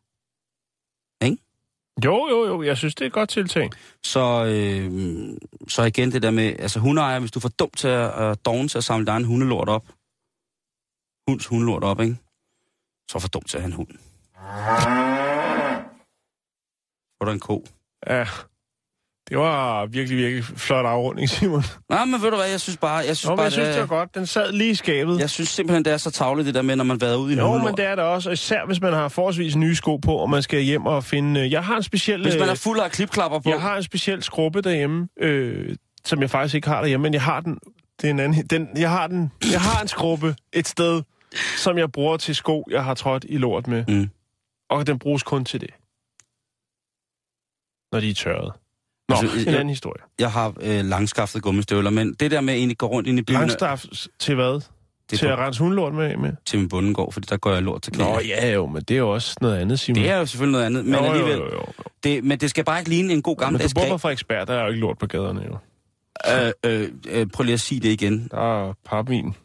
[SPEAKER 5] Jo, jo, jo, jeg synes, det er et godt tiltag.
[SPEAKER 4] Så, øh, så igen det der med, altså hundeejer, hvis du er for dum til at øh, doven til at samle dig en hundelort op, hunds hundelort op, ikke? så er du for dum til at have en hund. Hvor er der en ko?
[SPEAKER 5] Ja, det var virkelig, virkelig flot afrunding, Simon.
[SPEAKER 4] Nej, men ved du hvad, jeg synes bare, jeg synes,
[SPEAKER 5] Nå, men
[SPEAKER 4] bare,
[SPEAKER 5] jeg synes, det var godt. Den sad lige i skabet.
[SPEAKER 4] jeg synes simpelthen, det er så tavligt det der med, når man har været ude i en
[SPEAKER 5] Jo,
[SPEAKER 4] hundelort.
[SPEAKER 5] men det er det også, og især hvis man har forholdsvis nye sko på, og man skal hjem og finde... øh, Jeg har en speciel...
[SPEAKER 4] Hvis man
[SPEAKER 5] øh,
[SPEAKER 4] er fuld af klipklapper på.
[SPEAKER 5] Jeg har en speciel skruppe derhjemme, øh, som jeg faktisk ikke har derhjemme, men jeg har den... Det er en anden, den, jeg, har den, jeg har en skruppe et sted, som jeg bruger til sko, jeg har trådt i lort med.
[SPEAKER 4] Mm.
[SPEAKER 5] Og den bruges kun til det. Når de er tørret. Nå,
[SPEAKER 4] Altså,
[SPEAKER 5] en
[SPEAKER 4] jeg-
[SPEAKER 5] anden historie.
[SPEAKER 4] Jeg har øh, langskaftede gummistøvler, men det der med at egentlig gå rundt ind i byen,
[SPEAKER 5] Langstaff til hvad?
[SPEAKER 4] det
[SPEAKER 5] til
[SPEAKER 4] er
[SPEAKER 5] at
[SPEAKER 4] på,
[SPEAKER 5] rense hundlort med? med.
[SPEAKER 4] til min bundegård, fordi der går jeg lort til knæene.
[SPEAKER 5] Nå ja, jo, men det er jo også noget andet, Simon.
[SPEAKER 4] Det er jo selvfølgelig noget andet, men
[SPEAKER 5] jo,
[SPEAKER 4] alligevel,
[SPEAKER 5] Jo, jo, jo.
[SPEAKER 4] Det, men det skal bare ikke ligne en god
[SPEAKER 5] Men du
[SPEAKER 4] gammeldags
[SPEAKER 5] bor på
[SPEAKER 4] kræ.
[SPEAKER 5] Frederiksberg, der er jo ikke lort på gaderne jo.
[SPEAKER 4] Øh, øh, øh, prøv lige at sige det igen.
[SPEAKER 5] Der er papvin.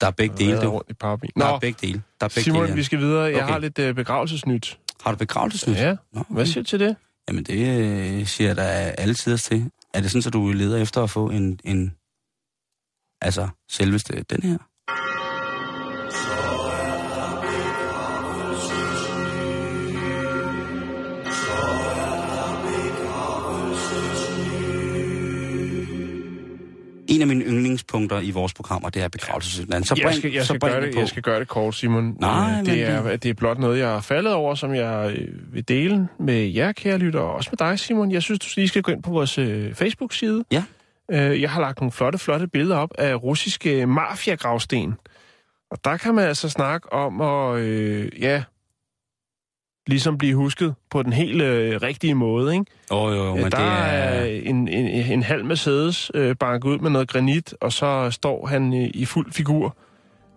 [SPEAKER 4] Der er begge dele,
[SPEAKER 5] Der er
[SPEAKER 4] du.
[SPEAKER 5] rundt i papvin.
[SPEAKER 4] Der
[SPEAKER 5] Nå,
[SPEAKER 4] er begge dele. Der er begge Simon,
[SPEAKER 5] Simon,
[SPEAKER 4] dele.
[SPEAKER 5] vi
[SPEAKER 4] Vi...
[SPEAKER 5] skal videre. Jeg
[SPEAKER 4] Okay.
[SPEAKER 5] har lidt øh, begravelsesnyt.
[SPEAKER 4] Har du begravelsesnyt?
[SPEAKER 5] Ja,
[SPEAKER 4] Nå, okay.
[SPEAKER 5] hvad siger du til det?
[SPEAKER 4] Jamen, det øh, siger jeg da alle tider til. Er det sådan, at du leder efter at få en... en altså, selveste den her? En af mine yndlingspunkter i vores programmer, det er begravelsesland. Så bring,
[SPEAKER 5] Jeg skal, jeg, skal
[SPEAKER 4] så bring
[SPEAKER 5] gøre det,
[SPEAKER 4] på.
[SPEAKER 5] jeg skal gøre det kort, Simon.
[SPEAKER 4] Nej,
[SPEAKER 5] Øh,
[SPEAKER 4] men
[SPEAKER 5] det,
[SPEAKER 4] du-
[SPEAKER 5] er, det er blot noget, jeg er faldet over, som jeg øh, vil dele med jer, kære lytter, og også med dig, Simon. Jeg synes, du lige skal gå ind på vores øh, Facebook-side.
[SPEAKER 4] Ja.
[SPEAKER 5] Øh, jeg har lagt nogle flotte, flotte billeder op af russiske mafiagravsten. Og der kan man altså snakke om at, øh, ja, ligesom blive husket på den helt øh, rigtige måde, ikke?
[SPEAKER 4] Åh, jo, jo,
[SPEAKER 5] Men
[SPEAKER 4] men
[SPEAKER 5] Øh, der
[SPEAKER 4] det
[SPEAKER 5] er,
[SPEAKER 4] er...
[SPEAKER 5] en, en, en halv Mercedes øh, banket ud med noget granit, og så står han øh, i fuld figur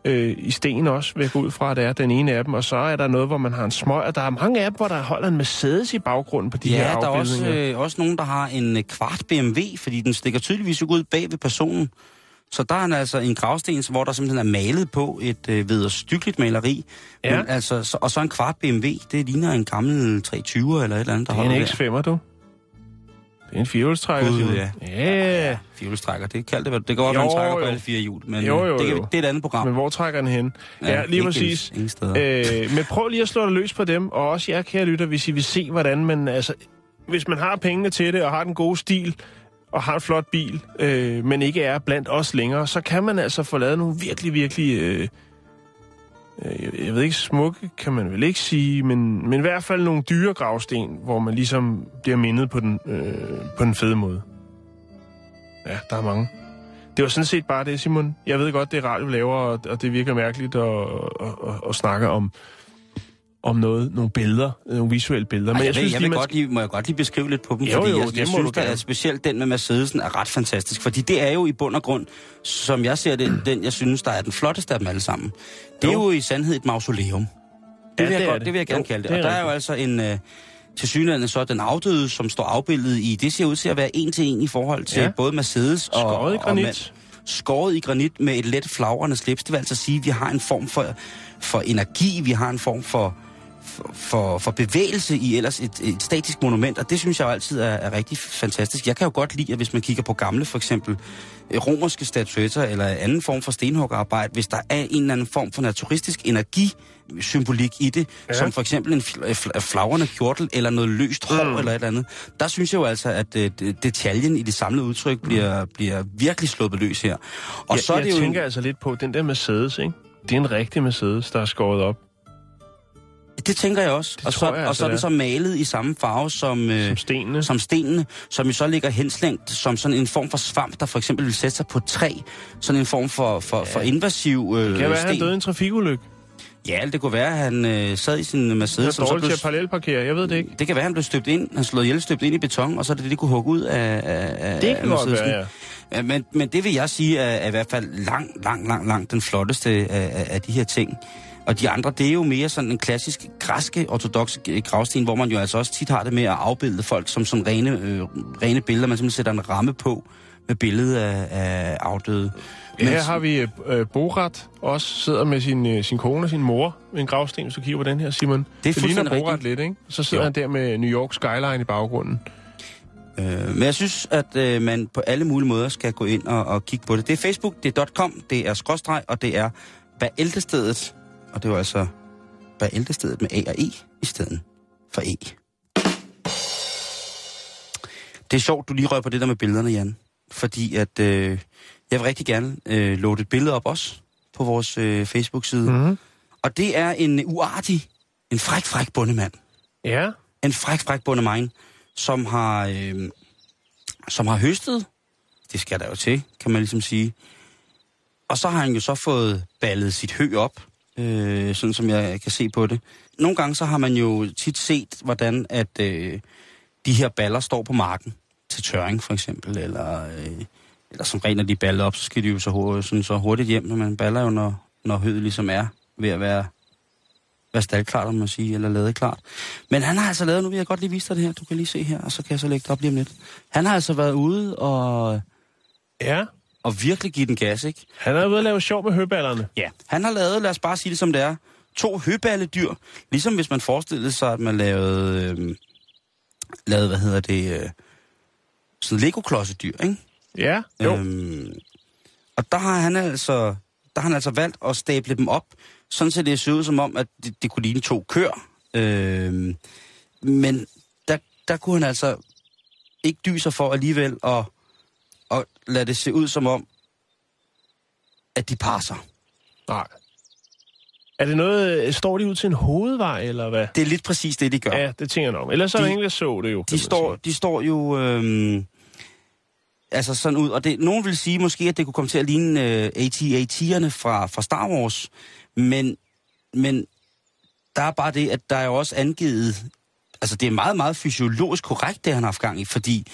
[SPEAKER 5] øh, i sten også, vil jeg gå ud fra, at det er den ene af dem. Og så er der noget, hvor man har en smøg, og der er mange af dem, hvor der holder en Mercedes i baggrunden på de her
[SPEAKER 4] ja, der er
[SPEAKER 5] afbildninger.
[SPEAKER 4] også, øh, også nogen, der har en øh, kvart BMW, fordi den stikker tydeligvis ud bag ved personen. Så der er en, altså en gravsten, hvor der simpelthen er malet på et øh, vederstykkeligt maleri.
[SPEAKER 5] Ja.
[SPEAKER 4] Men, altså, så, og så en kvart BMW, det ligner en gammel 320'er eller et eller andet, der
[SPEAKER 5] det er
[SPEAKER 4] holder
[SPEAKER 5] en
[SPEAKER 4] der.
[SPEAKER 5] X5'er, du. Det er en firehjulstrækker,
[SPEAKER 4] Gud,
[SPEAKER 5] Simon.
[SPEAKER 4] ja.
[SPEAKER 5] Ja.
[SPEAKER 4] Fjolstrækker, det kalder det. vel- Det går godt, at man
[SPEAKER 5] Jo,
[SPEAKER 4] trækker på
[SPEAKER 5] jo.
[SPEAKER 4] alle fire hjul, men
[SPEAKER 5] Jo, jo,
[SPEAKER 4] øh, det, kan,
[SPEAKER 5] jo.
[SPEAKER 4] vi- det er et andet program.
[SPEAKER 5] Men hvor trækker den hen? Ja, lige
[SPEAKER 4] ikke
[SPEAKER 5] præcis.
[SPEAKER 4] Ingen steder.
[SPEAKER 5] Øh, men prøv lige at slå dig løs på dem, og også jer, kære lytter, hvis I vil se, hvordan man, altså, hvis man har pengene til det, og har den gode stil, og har en flot bil, øh, men ikke er blandt os længere, så kan man altså få lavet nogle virkelig, virkelig, øh, øh, jeg- jeg ved ikke, smukke kan man vel ikke sige, men, men i hvert fald nogle dyre gravsten, hvor man ligesom bliver mindet på den, øh, på den fede måde. Ja, der er mange. Det var sådan set bare det, Simon. Jeg ved godt, det er radio, vi laver, og, og det virker mærkeligt at, at, at, at snakke om, om noget, nogle billeder, nogle visuelle billeder.
[SPEAKER 4] Men jeg, jeg,
[SPEAKER 5] synes
[SPEAKER 4] synes, jeg vil
[SPEAKER 5] lige, man
[SPEAKER 4] godt lige, må jeg godt lige beskrive lidt på dem,
[SPEAKER 5] Jo,
[SPEAKER 4] fordi
[SPEAKER 5] jo,
[SPEAKER 4] jeg,
[SPEAKER 5] det
[SPEAKER 4] jeg
[SPEAKER 5] må du
[SPEAKER 4] synes,
[SPEAKER 5] gerne.
[SPEAKER 4] at specielt den med Mercedesen er ret fantastisk, fordi det er jo i bund og grund, som jeg ser det, den jeg synes, der er den flotteste af dem alle sammen. Det er
[SPEAKER 5] Jo.
[SPEAKER 4] jo i sandhed et mausoleum. Det,
[SPEAKER 5] Ja,
[SPEAKER 4] vil, jeg
[SPEAKER 5] det er
[SPEAKER 4] godt,
[SPEAKER 5] det.
[SPEAKER 4] det. vil jeg gerne
[SPEAKER 5] Jo,
[SPEAKER 4] kalde det.
[SPEAKER 5] det
[SPEAKER 4] Og
[SPEAKER 5] er
[SPEAKER 4] der er jo altså en... Øh, til synligheden så den afdøde, som står afbildet i, det ser ud til at være en til en i forhold til
[SPEAKER 5] Ja.
[SPEAKER 4] ja. både Mercedes og,
[SPEAKER 5] Skåret i
[SPEAKER 4] og
[SPEAKER 5] granit.
[SPEAKER 4] mand skåret i granit med et let flagrende slips. Det vil altså sige, at vi har en form for, for energi, vi har en form for, for, for, for bevægelse i ellers et, et statisk monument, og det synes jeg jo altid er, er rigtig fantastisk. Jeg kan jo godt lide, at hvis man kigger på gamle, for eksempel øh, romerske statuetter eller anden form for stenhuggerarbejde, hvis der er en eller anden form for naturistisk energi, symbolik i det, ja. som for eksempel en fl- fl- flagrende kjortel eller noget løst hår mm. eller et eller andet. Der synes jeg jo altså, at øh, det- detaljen i det samlede udtryk bliver, bliver virkelig sluppet løs her. Og
[SPEAKER 5] Mm. jeg,
[SPEAKER 4] så er det
[SPEAKER 5] jeg
[SPEAKER 4] jo en-
[SPEAKER 5] tænker altså lidt på, den der Mercedes, ikke? Det er en rigtig Mercedes, der er skåret op,
[SPEAKER 4] Det tænker jeg også.
[SPEAKER 5] Det
[SPEAKER 4] og, så,
[SPEAKER 5] tror jeg
[SPEAKER 4] og
[SPEAKER 5] altså,
[SPEAKER 4] så er den
[SPEAKER 5] det er.
[SPEAKER 4] så malet i samme farve som, øh,
[SPEAKER 5] som stenene.
[SPEAKER 4] som stenene, som jo så ligger henslængt som sådan en form for svamp, der for eksempel vil sætte sig på et træ. Sådan en form for, for, for invasiv øh,
[SPEAKER 5] Kan være,
[SPEAKER 4] sten.
[SPEAKER 5] han døde i en trafikulykke.
[SPEAKER 4] Ja, eller det kunne være, at han øh, sad i sin
[SPEAKER 5] Han
[SPEAKER 4] Mercedes.
[SPEAKER 5] er
[SPEAKER 4] som så
[SPEAKER 5] dårlig til
[SPEAKER 4] blev-
[SPEAKER 5] at parallelparkere, jeg ved det ikke.
[SPEAKER 4] det kan være, han blev støbt ind, han slået ihjel, støbt ind i beton, og så er det det, de kunne hugge ud af, af af-
[SPEAKER 5] Det
[SPEAKER 4] af
[SPEAKER 5] kan godt
[SPEAKER 4] Mercedesen.
[SPEAKER 5] være, ja.
[SPEAKER 4] Ja, Men, men det vil jeg sige er, er i hvert fald langt, langt, langt, langt den flotteste af, af- af de her ting. Og de andre, det er jo mere sådan en klassisk græske ortodoxe g- gravsten, hvor man jo altså også tit har det med at afbilde folk som sådan rene, øh, rene billeder. Man simpelthen sætter en ramme på med billedet af, af afdøde.
[SPEAKER 5] Her har vi øh, øh, Borat også sidder med sin, øh, sin kone og sin mor ved en gravsten, hvis du kigger på den her, Simon.
[SPEAKER 4] Det er
[SPEAKER 5] det ligner
[SPEAKER 4] fuldstændig
[SPEAKER 5] Borat
[SPEAKER 4] rigtigt.
[SPEAKER 5] lidt, ikke? Så sidder
[SPEAKER 4] Jo.
[SPEAKER 5] han der med New York skyline i baggrunden.
[SPEAKER 4] Øh, men jeg synes, at øh, man på alle mulige måder skal gå ind og, og kigge på det. Det er Facebook, det er .com, det er skråstreg, og det er Bæltestedet. Og det var altså Bæltestedet med A og E i stedet for E. Det er sjovt, du lige rører på det der med billederne, Jan. Fordi at øh, jeg vil rigtig gerne øh, låte et billede op også på vores øh, Facebook-side. Mm.
[SPEAKER 5] Mm-hmm.
[SPEAKER 4] Og det er en uartig, en fræk, fræk bundemand
[SPEAKER 5] Ja,
[SPEAKER 4] en fræk, fræk bonde mine, som har, øh, som har høstet. Det skal der jo til, kan man ligesom sige. Og så har han jo så fået ballet sit hø op, øh, sådan som jeg kan se på det. Nogle gange så har man jo tit set, hvordan at øh, de her baller står på marken til tørring for eksempel, eller, øh, eller som regner de baller op, så skal de jo så, hurtigt, sådan så hurtigt hjem, når man baller jo, når, når høet ligesom er ved at være, være staldklart, om man siger, eller ladeklart. Men han har altså lavet, nu vil jeg godt lige vise dig det her, du kan lige se her, og så kan jeg så lægge det op lige om lidt. Han har altså været ude og,
[SPEAKER 5] ja.
[SPEAKER 4] og virkelig give den gas, ikke?
[SPEAKER 5] Han er ude at lave sjov med høballerne.
[SPEAKER 4] Ja. Han har lavet, lad os bare sige det som det er, to høballedyr. Ligesom hvis man forestillede sig, at man lavede, øh, lavede hvad hedder det, øh, sådan Lego-klodsedyr, ikke?
[SPEAKER 5] Ja, jo. Øhm.
[SPEAKER 4] Øhm, og der har han altså der har han altså valgt at stable dem op, sådan så det ser ud som om, at det, det kunne ligne to køer. Øhm, men der, der kunne han altså ikke dy sig for alligevel at, at lade det se ud som om, at de passer.
[SPEAKER 5] Nej. Er det noget, øh, står de ud til en hovedvej, eller hvad?
[SPEAKER 4] Det er lidt præcis det, de gør.
[SPEAKER 5] Ja, det tænker jeg nok. Ellers er
[SPEAKER 4] De-
[SPEAKER 5] der ingen, der så det jo. kan
[SPEAKER 4] De
[SPEAKER 5] man
[SPEAKER 4] står,
[SPEAKER 5] sige.
[SPEAKER 4] de står jo øhm, altså sådan ud, og det, nogen vil sige måske, at det kunne komme til at ligne øh, AT-AT'erne fra, fra Star Wars, men, men der er bare det, at der er jo også angivet, altså det er meget, meget fysiologisk korrekt, det han har haft gang i, fordi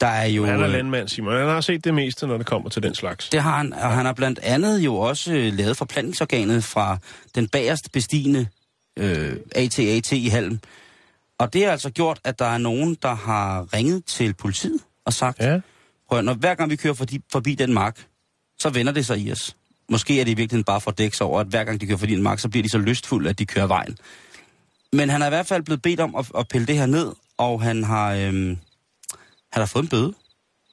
[SPEAKER 4] der er jo...
[SPEAKER 5] Han er
[SPEAKER 4] øh,
[SPEAKER 5] landmand, Simon. Han har set det meste, når det kommer til den slags.
[SPEAKER 4] det har han, og han har blandt andet jo også øh, lavet forplantningsorganet fra den bagerst bestigende øh, ATAT i halm. Og det har altså gjort, at der er nogen, der har ringet til politiet og sagt, ja.
[SPEAKER 5] Ja.
[SPEAKER 4] Prøv, at- når hver gang vi kører forbi, forbi den mark, så vender det sig i os. Måske er det i virkeligheden bare for at dække sig over, at hver gang de kører forbi en mark, så bliver de så lystfulde, at de kører vejen. Men han er i hvert fald blevet bedt om at, at pille det her ned, og han har, øhm, han har fået en bøde.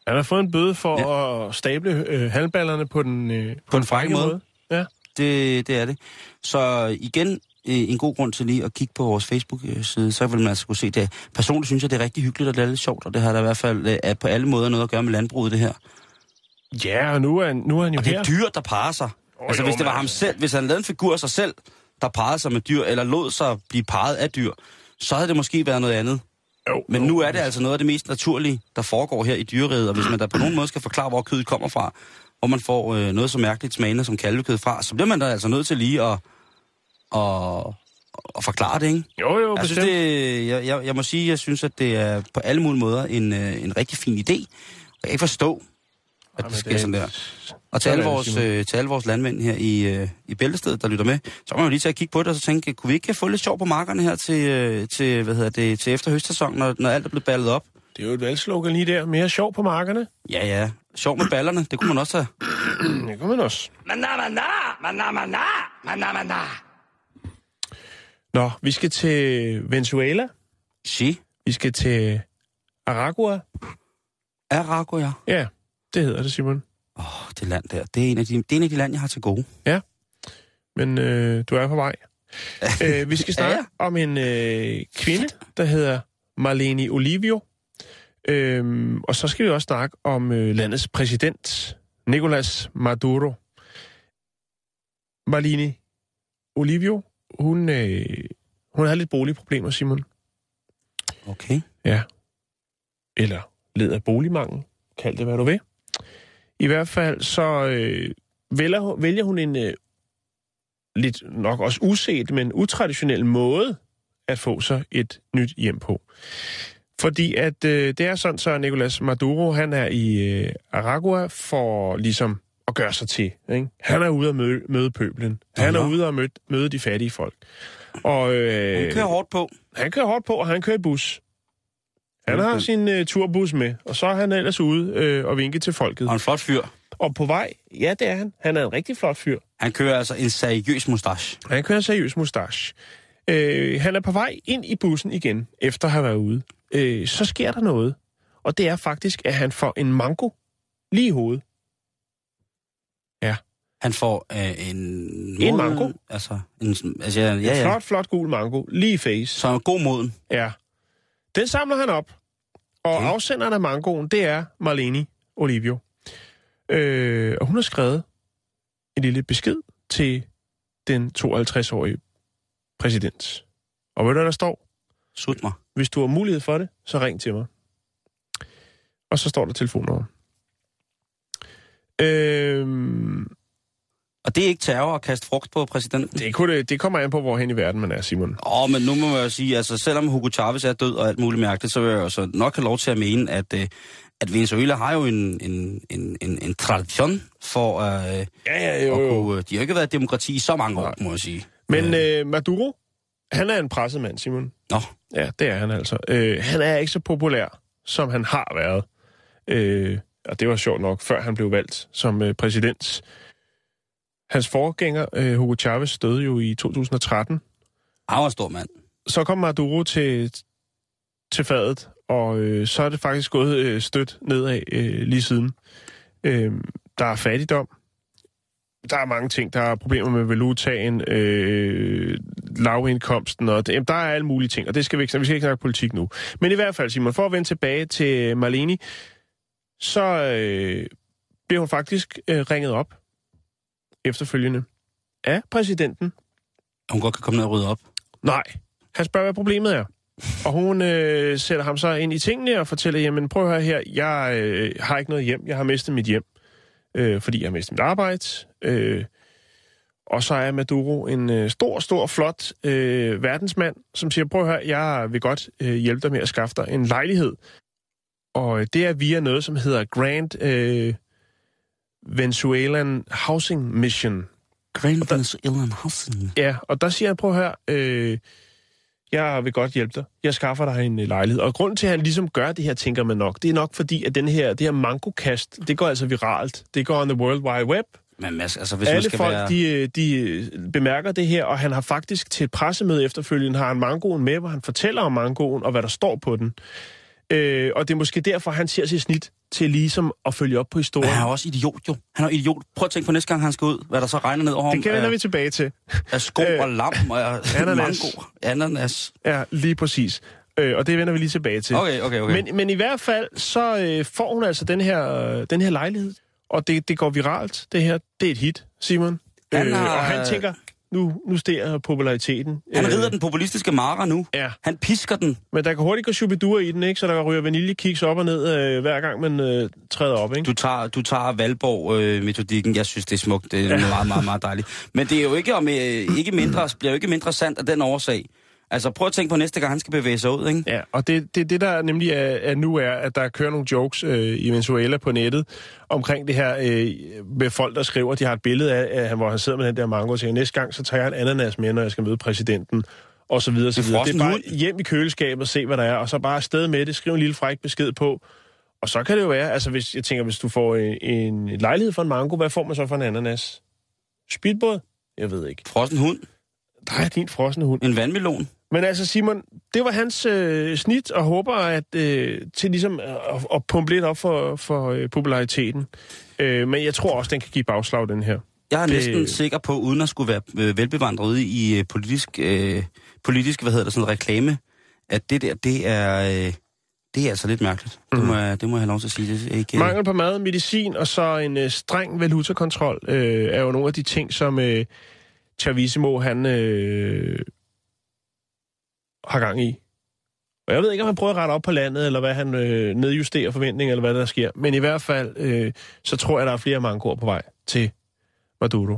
[SPEAKER 5] Han har fået en bøde for ja. at stable øh, halmballerne på den, øh, på
[SPEAKER 4] den frække måde.
[SPEAKER 5] Ja.
[SPEAKER 4] Det, det er det. Så igen, øh, en god grund til lige at kigge på vores Facebook-side, så vil man altså kunne se det. Personligt synes jeg, det er rigtig hyggeligt, og det er lidt sjovt, og det har der i hvert fald øh, er på alle måder noget at gøre med landbruget, det her.
[SPEAKER 5] ja, og nu er, han- nu er han jo
[SPEAKER 4] Og det
[SPEAKER 5] her.
[SPEAKER 4] er dyr, der parer sig. Oh, altså
[SPEAKER 5] jo,
[SPEAKER 4] jo, hvis det
[SPEAKER 5] men
[SPEAKER 4] var ham
[SPEAKER 5] altså-
[SPEAKER 4] selv, hvis han lavede en figur af sig selv, der parrede sig med dyr, eller lod sig blive parret af dyr, så havde det måske været noget andet.
[SPEAKER 5] Jo,
[SPEAKER 4] Men
[SPEAKER 5] jo.
[SPEAKER 4] nu er det altså noget af det mest naturlige, der foregår her i dyreriget, og hvis man da på nogen måde skal forklare, hvor kødet kommer fra, hvor man får øh, noget så mærkeligt smagende som kalvekød fra, så bliver man da altså nødt til lige at, at, at forklare det, ikke?
[SPEAKER 5] Jo, jo,
[SPEAKER 4] Jeg, synes,
[SPEAKER 5] bestemt.
[SPEAKER 4] Altså, det, jeg, jeg, jeg må sige, jeg synes, at det er på alle mulige måder en, øh, en rigtig fin idé. Og jeg kan ikke forstå, at
[SPEAKER 5] Jamen,
[SPEAKER 4] det sker sådan der. Og til
[SPEAKER 5] Sådan
[SPEAKER 4] alle,
[SPEAKER 5] er det,
[SPEAKER 4] vores,
[SPEAKER 5] Simon.
[SPEAKER 4] øh, til alle vores landmænd her i, øh, i Bæltestedet, der lytter med, så må man jo lige tage og kigge på det, og så tænke, kunne vi ikke få lidt sjov på markerne her til, øh, til, hvad hedder det, til efter høstsæsonen, når, når alt er blevet ballet op?
[SPEAKER 5] Det er jo et valgslogan lige der. Mere sjov på markerne. [clears throat]
[SPEAKER 4] Ja, ja. Sjov med ballerne, det kunne man også have.
[SPEAKER 5] Det kan man også. Nå, vi skal til Venezuela.
[SPEAKER 4] Si.
[SPEAKER 5] Vi skal til Aragua.
[SPEAKER 4] Arago, ja.
[SPEAKER 5] Ja, det hedder det, Simon.
[SPEAKER 4] Åh, oh, det land der. Det er, en af de, det er en af de lande, jeg har til gode.
[SPEAKER 5] Men øh, du er på vej. øh, vi skal snakke
[SPEAKER 4] Ja,
[SPEAKER 5] om en øh, kvinde, der hedder Marlene Olivio. Øhm, og så skal vi også snakke om øh, landets præsident, Nicolas Maduro. Marlene Olivio, hun, øh, hun havde lidt boligproblemer, Simon.
[SPEAKER 4] Okay.
[SPEAKER 5] Ja. Eller led af boligmangel. Kald det, hvad du vil. I hvert fald så øh, vælger, hun- vælger hun en øh, lidt nok også uset, men utraditionel måde at få sig et nyt hjem på. Fordi at øh, det er sådan, så at Nicolas Maduro, han er i øh, Aragua for ligesom at gøre sig til. Ikke? Han er ude at møde, møde pøblen. Han er
[SPEAKER 4] Aha.
[SPEAKER 5] ude at møde, møde de fattige folk. Og, øh,
[SPEAKER 4] Hun kører hårdt på.
[SPEAKER 5] han kører hårdt på, og han kører i bus. Han har
[SPEAKER 4] Okay.
[SPEAKER 5] sin øh, turbus med, og så er han ellers ude øh, og vinke til folket.
[SPEAKER 4] Og en flot fyr.
[SPEAKER 5] Og på vej, ja, det er han. Han er en rigtig flot fyr.
[SPEAKER 4] Han kører altså en seriøs mustache.
[SPEAKER 5] Han kører en seriøs mustache. Øh, han er på vej ind i bussen igen, efter at have været ude. Øh, så sker der noget, og det er faktisk, at han får en mango lige i hovedet.
[SPEAKER 4] Han får øh, en...
[SPEAKER 5] En
[SPEAKER 4] moden-
[SPEAKER 5] mango.
[SPEAKER 4] Altså, en, altså ja,
[SPEAKER 5] Ja,
[SPEAKER 4] ja,
[SPEAKER 5] ja.
[SPEAKER 4] ja.
[SPEAKER 5] Flot, flot gul mango, lige i face.
[SPEAKER 4] Så en god moden.
[SPEAKER 5] Ja. Den samler han op. Og
[SPEAKER 4] Okay.
[SPEAKER 5] okay. afsenderen af mangoen, det er Marlene Olivio. Øh, og hun har skrevet en lille besked til den 52-årige præsident. Og ved du, hvad der står?
[SPEAKER 4] Sut mig.
[SPEAKER 5] Hvis du har mulighed for det, så ring til mig. Og så står der telefonnummer. Øhm,
[SPEAKER 4] Og det er ikke terror at kaste frugt på præsidenten?
[SPEAKER 5] det, kunne, det- det kommer an på, hvorhen i verden man er, Simon.
[SPEAKER 4] Åh, oh, men nu må jeg jo sige, altså selvom Hugo Chavez er død og alt muligt mærkeligt, så vil jeg jo så nok have lov til at mene, at, øh, at Venezuela har jo en, en, en, en, en tradition for øh, at
[SPEAKER 5] Ja, ja,
[SPEAKER 4] kunne... Øh, de har ikke været et demokrati i så mange år,
[SPEAKER 5] Nej.
[SPEAKER 4] må jeg sige.
[SPEAKER 5] Men øh, Maduro, han er en presset mand, Simon.
[SPEAKER 4] Nå,
[SPEAKER 5] Ja, det er han altså. Øh, han er ikke så populær, som han har været. Øh, og det var sjovt nok, før han blev valgt som øh, præsident. Hans forgænger, øh, Hugo Chavez, døde jo i 2013. øh-
[SPEAKER 4] han var en stor mand.
[SPEAKER 5] Så kom Maduro til, til fadet, og øh, så er det faktisk gået øh, stødt nedad øh, lige siden. Øh, der er fattigdom. Der er mange ting. Der er problemer med valutaen, øh, lavindkomsten, og det, jamen, der er alle mulige ting, og det skal vi ikke, vi skal ikke snakke politik nu. Men i hvert fald, Simon, for at vende tilbage til Marlene, så øh, blev hun faktisk øh, ringet op efterfølgende af præsidenten,
[SPEAKER 4] Hun godt kan komme ned og rydde op.
[SPEAKER 5] Nej. Han spørger, hvad problemet er. Og hun øh, sætter ham så ind i tingene og fortæller, jamen prøv at høre her, jeg øh, har ikke noget hjem, jeg har mistet mit hjem, øh, fordi jeg har mistet mit arbejde. Øh, og så er Maduro en øh, stor, stor, flot øh, verdensmand, som siger, prøv at høre, jeg vil godt øh, hjælpe dig med at skaffe dig en lejlighed. Og øh, det er via noget, som hedder Grand øh, Venezuelan Housing Mission.
[SPEAKER 4] Grand Venezuelan Housing.
[SPEAKER 5] Ja, og der siger han, prøv at høre, øh, jeg vil godt hjælpe dig. Jeg skaffer dig en øh, lejlighed. Og grunden til, at han ligesom gør det her, tænker man nok, det er nok fordi, at den her, det her mangokast, det går altså viralt. Det går on the world wide web.
[SPEAKER 4] Men Mads, altså hvis man
[SPEAKER 5] Alle
[SPEAKER 4] skal
[SPEAKER 5] folk,
[SPEAKER 4] være...
[SPEAKER 5] de, øh, de øh, bemærker det her, og han har faktisk til et pressemøde efterfølgende, har han mangoen med, hvor han fortæller om mangoen og hvad der står på den. Øh, og det er måske derfor, han ser sit snit til ligesom at følge op på
[SPEAKER 4] Men
[SPEAKER 5] historien.
[SPEAKER 4] han er jo også idiot, jo. Han er jo idiot. Prøv at tænke på næste gang, han skal ud, hvad der så regner ned over
[SPEAKER 5] Det kan
[SPEAKER 4] ham
[SPEAKER 5] vender vi
[SPEAKER 4] af,
[SPEAKER 5] tilbage til.
[SPEAKER 4] af sko
[SPEAKER 5] Øh,
[SPEAKER 4] og lam og [laughs]
[SPEAKER 5] ananas.
[SPEAKER 4] mango. Ananas.
[SPEAKER 5] Ja, lige præcis. Øh, og det vender vi lige tilbage til.
[SPEAKER 4] Okay, okay, okay.
[SPEAKER 5] Men, men i hvert fald, så øh, får hun altså den her, øh, den her lejlighed. Og det, det går viralt, det her. Det er et hit, Simon.
[SPEAKER 4] Han
[SPEAKER 5] øh,
[SPEAKER 4] har-
[SPEAKER 5] Og han tænker, nu, nu stiger populariteten.
[SPEAKER 4] han rider den populistiske mara nu.
[SPEAKER 5] Øh. Ja,
[SPEAKER 4] Han pisker den.
[SPEAKER 5] men der kan hurtigt gå chubidur i den, ikke? Så der ryger vaniljekiks op og ned, øh, hver gang man øh, træder op, ikke?
[SPEAKER 4] Du tager, du tager Valborg-metodikken. jeg synes, det er smukt. Det er meget, meget, meget dejligt. Men det er jo ikke, om, øh, ikke mindre, bliver jo ikke mindre sandt af den årsag. Altså, prøv at tænke på næste gang, han skal bevæge sig ud, ikke?
[SPEAKER 5] Ja, og det, det, det der nemlig er, er nu er, at der kører nogle jokes øh, i Venezuela på nettet omkring det her øh, med folk, der skriver, at de har et billede af, af, han, hvor han sidder med den der mango og siger, næste gang så tager jeg en ananas med, når jeg skal møde præsidenten, og så videre, og så
[SPEAKER 4] Det er
[SPEAKER 5] videre. Det er
[SPEAKER 4] frossen
[SPEAKER 5] bare
[SPEAKER 4] hund.
[SPEAKER 5] hjem i køleskabet og se, hvad der er, og så bare afsted med det, skriv en lille fræk besked på, og så kan det jo være, altså hvis, jeg tænker, hvis du får en, en lejlighed for en mango, hvad får man så for en ananas? Speedbåd? Jeg ved ikke.
[SPEAKER 4] Frossen hund.
[SPEAKER 5] Dig og din frosne hund.
[SPEAKER 4] En vandmelon.
[SPEAKER 5] Men altså, Simon, det var hans øh, snit, og håber at øh, til ligesom øh, at, at pumpe lidt op for, for øh, populariteten. Øh, men jeg tror også, den kan give bagslag, den her.
[SPEAKER 4] Jeg er
[SPEAKER 5] Det-
[SPEAKER 4] næsten sikker på, uden at skulle være øh, velbevandret ude i øh, politisk, øh, politisk, hvad hedder det, sådan reklame, at det der, det er, øh, det er altså lidt mærkeligt. Mm.
[SPEAKER 5] Mhm.
[SPEAKER 4] Det, må, jeg- det må jeg have lov til at sige. Det er ikke, øh,
[SPEAKER 5] Mangel på mad, medicin og så en øh, streng valutakontrol øh, er jo nogle af de ting, som øh, Chavisimo han øh, har gang i. Og jeg ved ikke, om han prøver at rette op på landet, eller hvad han øh, nedjusterer forventninger, eller hvad der sker. Men i hvert fald, øh, så tror jeg, der er flere mangoer på vej til Maduro.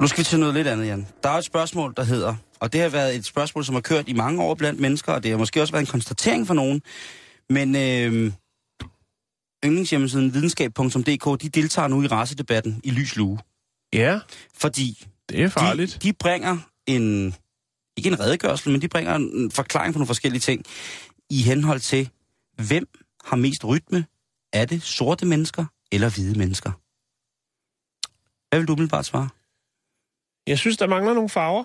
[SPEAKER 4] Nu skal vi til noget lidt andet, Jan. Der er et spørgsmål, der hedder, og det har været et spørgsmål, som har kørt i mange år blandt mennesker, og det har måske også været en konstatering for nogen, men øh, yndlingshjemmesiden videnskab.dk, de deltager nu i racedebatten i lys lue,
[SPEAKER 5] Ja,
[SPEAKER 4] fordi
[SPEAKER 5] det er
[SPEAKER 4] de,
[SPEAKER 5] farligt.
[SPEAKER 4] de bringer en, ikke en redegørelse, men de bringer en forklaring på nogle forskellige ting i henhold til, hvem har mest rytme? Er det sorte mennesker eller hvide mennesker? Hvad vil du umiddelbart svare?
[SPEAKER 5] Jeg synes, der mangler nogle farver.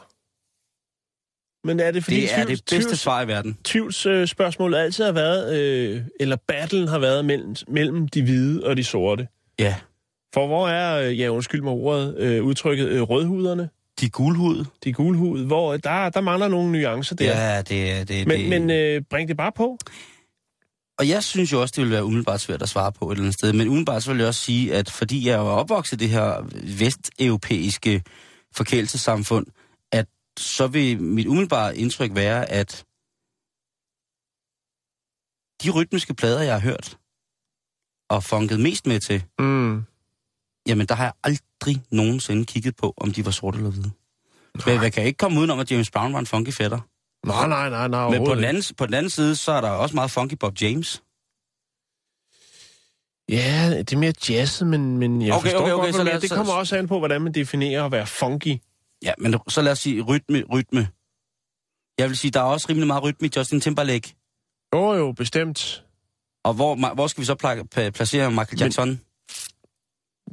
[SPEAKER 5] Men er det fordi
[SPEAKER 4] Det er det bedste
[SPEAKER 5] tvivls-
[SPEAKER 4] svar i verden.
[SPEAKER 5] tvivlsspørgsmålet altid har været, øh, eller battlen har været mellem, mellem de hvide og de sorte.
[SPEAKER 4] Ja.
[SPEAKER 5] For hvor er, øh, ja undskyld mig ordet, øh, udtrykket øh, rødhuderne,
[SPEAKER 4] De gulhud.
[SPEAKER 5] de gulhud, hvor øh, der, der mangler nogle nuancer der. Ja,
[SPEAKER 4] Ja, det er... Det,
[SPEAKER 5] men
[SPEAKER 4] det.
[SPEAKER 5] men øh, bring det bare på.
[SPEAKER 4] Og jeg synes jo også, det ville være umiddelbart svært at svare på et eller andet sted. Men umiddelbart så vil jeg også sige, at fordi jeg er opvokset i det her vesteuropæiske forkælelsesamfund, at så vil mit umiddelbare indtryk være, at de rytmiske plader, jeg har hørt og funket mest med til,
[SPEAKER 5] Mm.
[SPEAKER 4] jamen der har jeg aldrig nogensinde kigget på, om de var sorte eller hvide. Men jeg kan ikke komme udenom, at James Brown var en funky fætter.
[SPEAKER 5] Nej, nej, nej, nej.
[SPEAKER 4] Men på den,
[SPEAKER 5] overhovedet
[SPEAKER 4] anden, på den anden side, så er der også meget funky Bob James.
[SPEAKER 5] ikke. Ja, det er mere jazzet, men, men jeg
[SPEAKER 4] Okay,
[SPEAKER 5] forstår
[SPEAKER 4] okay, okay,
[SPEAKER 5] godt,
[SPEAKER 4] så
[SPEAKER 5] så
[SPEAKER 4] lad
[SPEAKER 5] lad,
[SPEAKER 4] os-
[SPEAKER 5] det
[SPEAKER 4] så-
[SPEAKER 5] kommer også an på, hvordan man definerer at være funky.
[SPEAKER 4] Ja, men så lad os sige rytme, rytme. Jeg vil sige, der er også rimelig meget rytme i Justin Timberlake.
[SPEAKER 5] Jo, jo, bestemt.
[SPEAKER 4] Og hvor, ma- hvor skal vi så pla- pla- placere Michael Jackson? Men,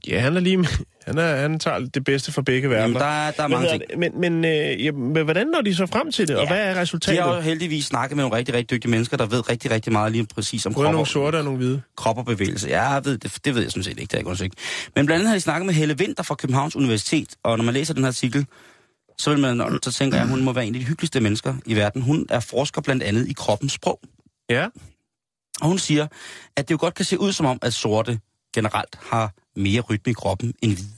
[SPEAKER 5] Ja, han er lige... Han, er, han tager det bedste fra begge verdener.
[SPEAKER 4] Jamen, der, er- der er
[SPEAKER 5] Men,
[SPEAKER 4] mange
[SPEAKER 5] hvad
[SPEAKER 4] ting.
[SPEAKER 5] hedder det? men, men, øh, ja, men hvordan når de så frem til det, ja. og
[SPEAKER 4] Ja.
[SPEAKER 5] hvad er
[SPEAKER 4] De
[SPEAKER 5] resultatet?
[SPEAKER 4] har jo heldigvis snakket med nogle rigtig, rigtig dygtige mennesker, der ved rigtig, rigtig meget lige præcis om
[SPEAKER 5] Både
[SPEAKER 4] krop
[SPEAKER 5] nogle
[SPEAKER 4] og,
[SPEAKER 5] sorte og nogle hvide.
[SPEAKER 4] krop og bevægelse. Ja, jeg ved, det, det ved jeg sådan set ikke, det har jeg ikke undersøgt. Men blandt andet har de snakket med Helle Vinter fra Københavns Universitet, og når man læser den her artikel, så, vil man, nå, så tænker jeg, at hun må være en af de hyggeligste mennesker i verden. Hun er forsker blandt andet i kroppens sprog.
[SPEAKER 5] Ja.
[SPEAKER 4] Og hun siger, at det jo godt kan se ud som om, at sorte generelt har mere rytme i kroppen end hvide.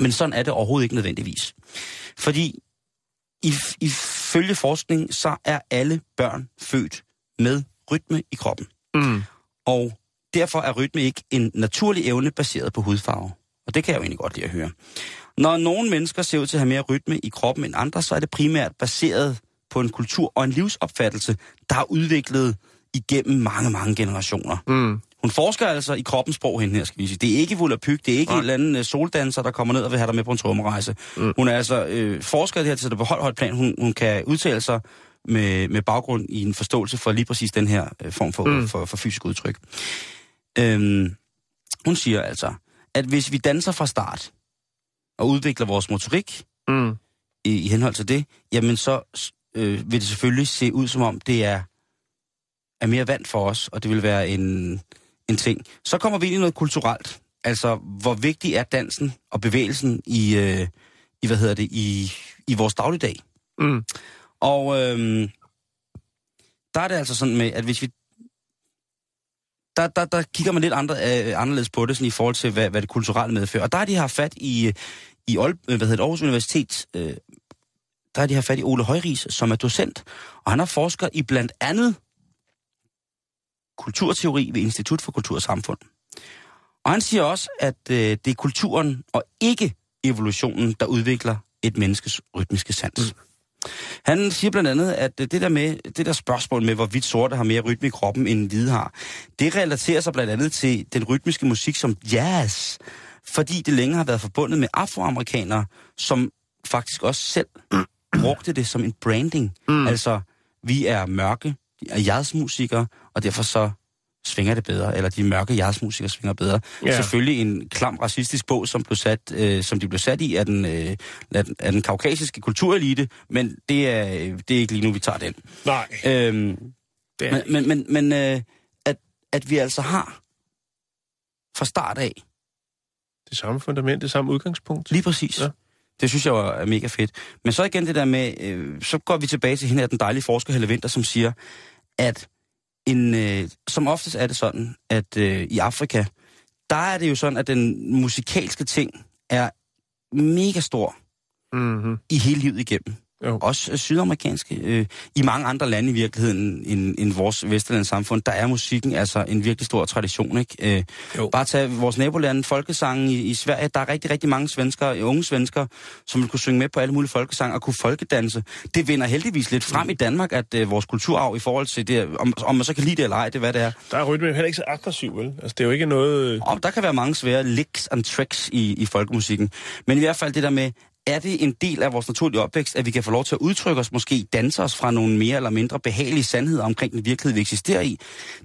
[SPEAKER 4] Men sådan er det overhovedet ikke nødvendigvis. Fordi if- ifølge forskning, så er alle børn født med rytme i kroppen.
[SPEAKER 5] Mm.
[SPEAKER 4] Og derfor er rytme ikke en naturlig evne baseret på hudfarve. Og det kan jeg jo egentlig godt lide at høre. Når nogle mennesker ser ud til at have mere rytme i kroppen end andre, så er det primært baseret på en kultur og en livsopfattelse, der er udviklet igennem mange, mange generationer.
[SPEAKER 5] Mm.
[SPEAKER 4] Hun forsker altså i kroppens sprog hende her, skal vi sige. Det er ikke Vulapyk, det er ikke en eller anden øh, soldanser, der kommer ned og vil have dig med på en trommerejse. Mm. Hun er altså øh, forsker i det her, så det er på højt, højt plan. Hun, hun kan udtale sig med, med baggrund i en forståelse for lige præcis den her øh, form for, mm. for, for fysisk udtryk. Øhm, hun siger altså, at hvis vi danser fra start og udvikler vores motorik
[SPEAKER 5] Mm.
[SPEAKER 4] i, i henhold til det, jamen så øh, vil det selvfølgelig se ud som om, det er, er mere vant for os, og det vil være en, en ting. Så kommer vi ind i noget kulturelt. Altså, hvor vigtig er dansen og bevægelsen i, øh, i hvad hedder det, i, i vores dagligdag?
[SPEAKER 5] Mm.
[SPEAKER 4] Og øhm, der er det altså sådan med, at hvis vi... Der, der, der kigger man lidt andre, øh, anderledes på det, sådan i forhold til, hvad, hvad det kulturelle medfører. Og der er de har fat i, øh, i Aal, øh, hvad hedder det, Aarhus Universitet, øh, der er de har fat i Ole Højris, som er docent, og han er forsker i blandt andet kulturteori ved Institut for Kultur og Samfund. Og han siger også, at øh, det er kulturen og ikke evolutionen, der udvikler et menneskes rytmiske sans. Mm. Han siger blandt andet, at øh, det der, med, det der spørgsmål med, hvorvidt sorte har mere rytme i kroppen, end hvide har, det relaterer sig blandt andet til den rytmiske musik som jazz, fordi det længere har været forbundet med afroamerikanere, som faktisk også selv brugte det som en branding. Mm. Altså, vi er mørke, de er jazzmusikere, og derfor så svinger det bedre, eller de mørke jazzmusikere svinger bedre.
[SPEAKER 5] Ja.
[SPEAKER 4] Yeah. Selvfølgelig en klam racistisk bog, som, blev sat, øh, som de blev sat i af den, øh, af den, af den kaukasiske kulturelite, men det er, det er ikke lige nu, vi tager den.
[SPEAKER 5] Nej.
[SPEAKER 4] Øhm,
[SPEAKER 5] Det er,
[SPEAKER 4] men men, men, men øh, at, at vi altså har fra start af,
[SPEAKER 5] det samme fundament, det samme udgangspunkt.
[SPEAKER 4] lige præcis,
[SPEAKER 5] Ja.
[SPEAKER 4] ja. det synes jeg var er mega fedt. Men så igen det der med, øh, så går vi tilbage til hende af den dejlige forsker Helle Winter, som siger, at en, øh, som oftest er det sådan, at øh, i Afrika, der er det jo sådan, at den musikalske ting er mega stor
[SPEAKER 5] Mm-hmm.
[SPEAKER 4] i hele livet igennem.
[SPEAKER 5] Jo.
[SPEAKER 4] Også øh, sydamerikanske. Øh, I mange andre lande i virkeligheden end, end vores vesterlandske samfund, der er musikken altså en virkelig stor tradition. Ikke? Øh,
[SPEAKER 5] Jo.
[SPEAKER 4] Bare tag vores nabolande, folkesangen i, i Sverige. Der er rigtig, rigtig mange svenskere, øh, unge svenskere, som vil kunne synge med på alle mulige folkesange og kunne folkedanse. Det vinder heldigvis lidt frem i Danmark, at øh, vores kulturarv i forhold til det, om, om man så kan lide det eller ej, det er hvad det er.
[SPEAKER 5] Der er rytme jo heller ikke så aggressiv, vel? Altså, det er jo ikke noget... øh,
[SPEAKER 4] Og der kan være mange svære licks and tricks i, i folkemusikken. Men i hvert fald det der med, er det en del af vores naturlige opvækst, at vi kan få lov til at udtrykke os, måske danse os fra nogle mere eller mindre behagelige sandheder omkring den virkelighed, vi eksisterer i?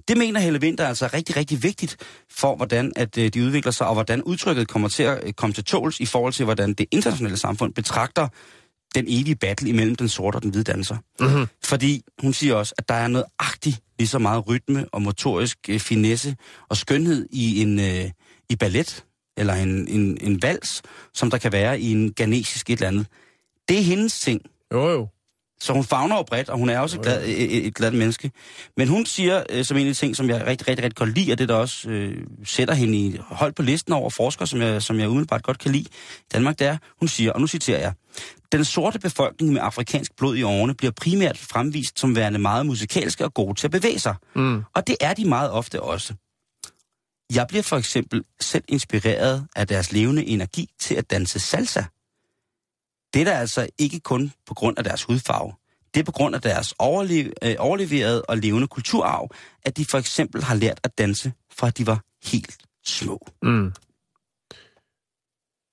[SPEAKER 4] Det mener Helle Winter altså er rigtig, rigtig vigtigt for, hvordan at øh, de udvikler sig, og hvordan udtrykket kommer til at øh, komme til tåls i forhold til, hvordan det internationale samfund betragter den evige battle imellem den sorte og den hvide danser. Mm-hmm. Fordi hun siger også, at der er noget agtigt lige så meget rytme og motorisk øh, finesse og skønhed i en øh, i ballet eller en, en, en vals, som der kan være i en ganesisk et eller andet. Det er hendes ting.
[SPEAKER 5] Jo, jo.
[SPEAKER 4] Så hun fagner jo bredt, og hun er også et glad, et, et glad menneske. Men hun siger, øh, som en af de ting, som jeg rigtig, rigtig, rigtig godt lide, og det der også øh, sætter hende i hold på listen over forskere, som jeg, som jeg umiddelbart godt kan lide i Danmark, det er, hun siger, og nu citerer jeg, den sorte befolkning med afrikansk blod i årene bliver primært fremvist som værende meget musikalske og gode til at bevæge sig.
[SPEAKER 5] Mm.
[SPEAKER 4] Og det er de meget ofte også. Jeg bliver for eksempel selv inspireret af deres levende energi til at danse salsa. Det er der altså ikke kun på grund af deres hudfarve. Det er på grund af deres overle- øh, overleverede og levende kulturarv, at de for eksempel har lært at danse, fra de var helt små.
[SPEAKER 5] Mm.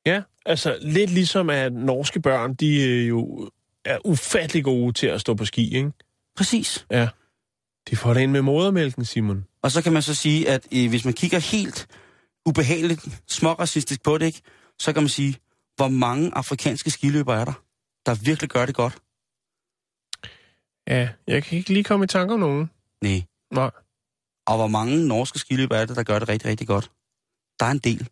[SPEAKER 5] Ja, altså lidt ligesom at norske børn, de øh, jo er ufattelig gode til at stå på ski, ikke?
[SPEAKER 4] Præcis.
[SPEAKER 5] Ja. De får det ind med modermælken, Simon.
[SPEAKER 4] Og så kan man så sige, at øh, hvis man kigger helt ubehageligt, småracistisk på det, ikke, så kan man sige, hvor mange afrikanske skiløbere er der, der virkelig gør det godt?
[SPEAKER 5] Ja, jeg kan ikke lige komme i tanke om nogen.
[SPEAKER 4] Nej.
[SPEAKER 5] Nej.
[SPEAKER 4] Og hvor mange norske skiløbere er det, der gør det rigtig, rigtig godt? Der er en del.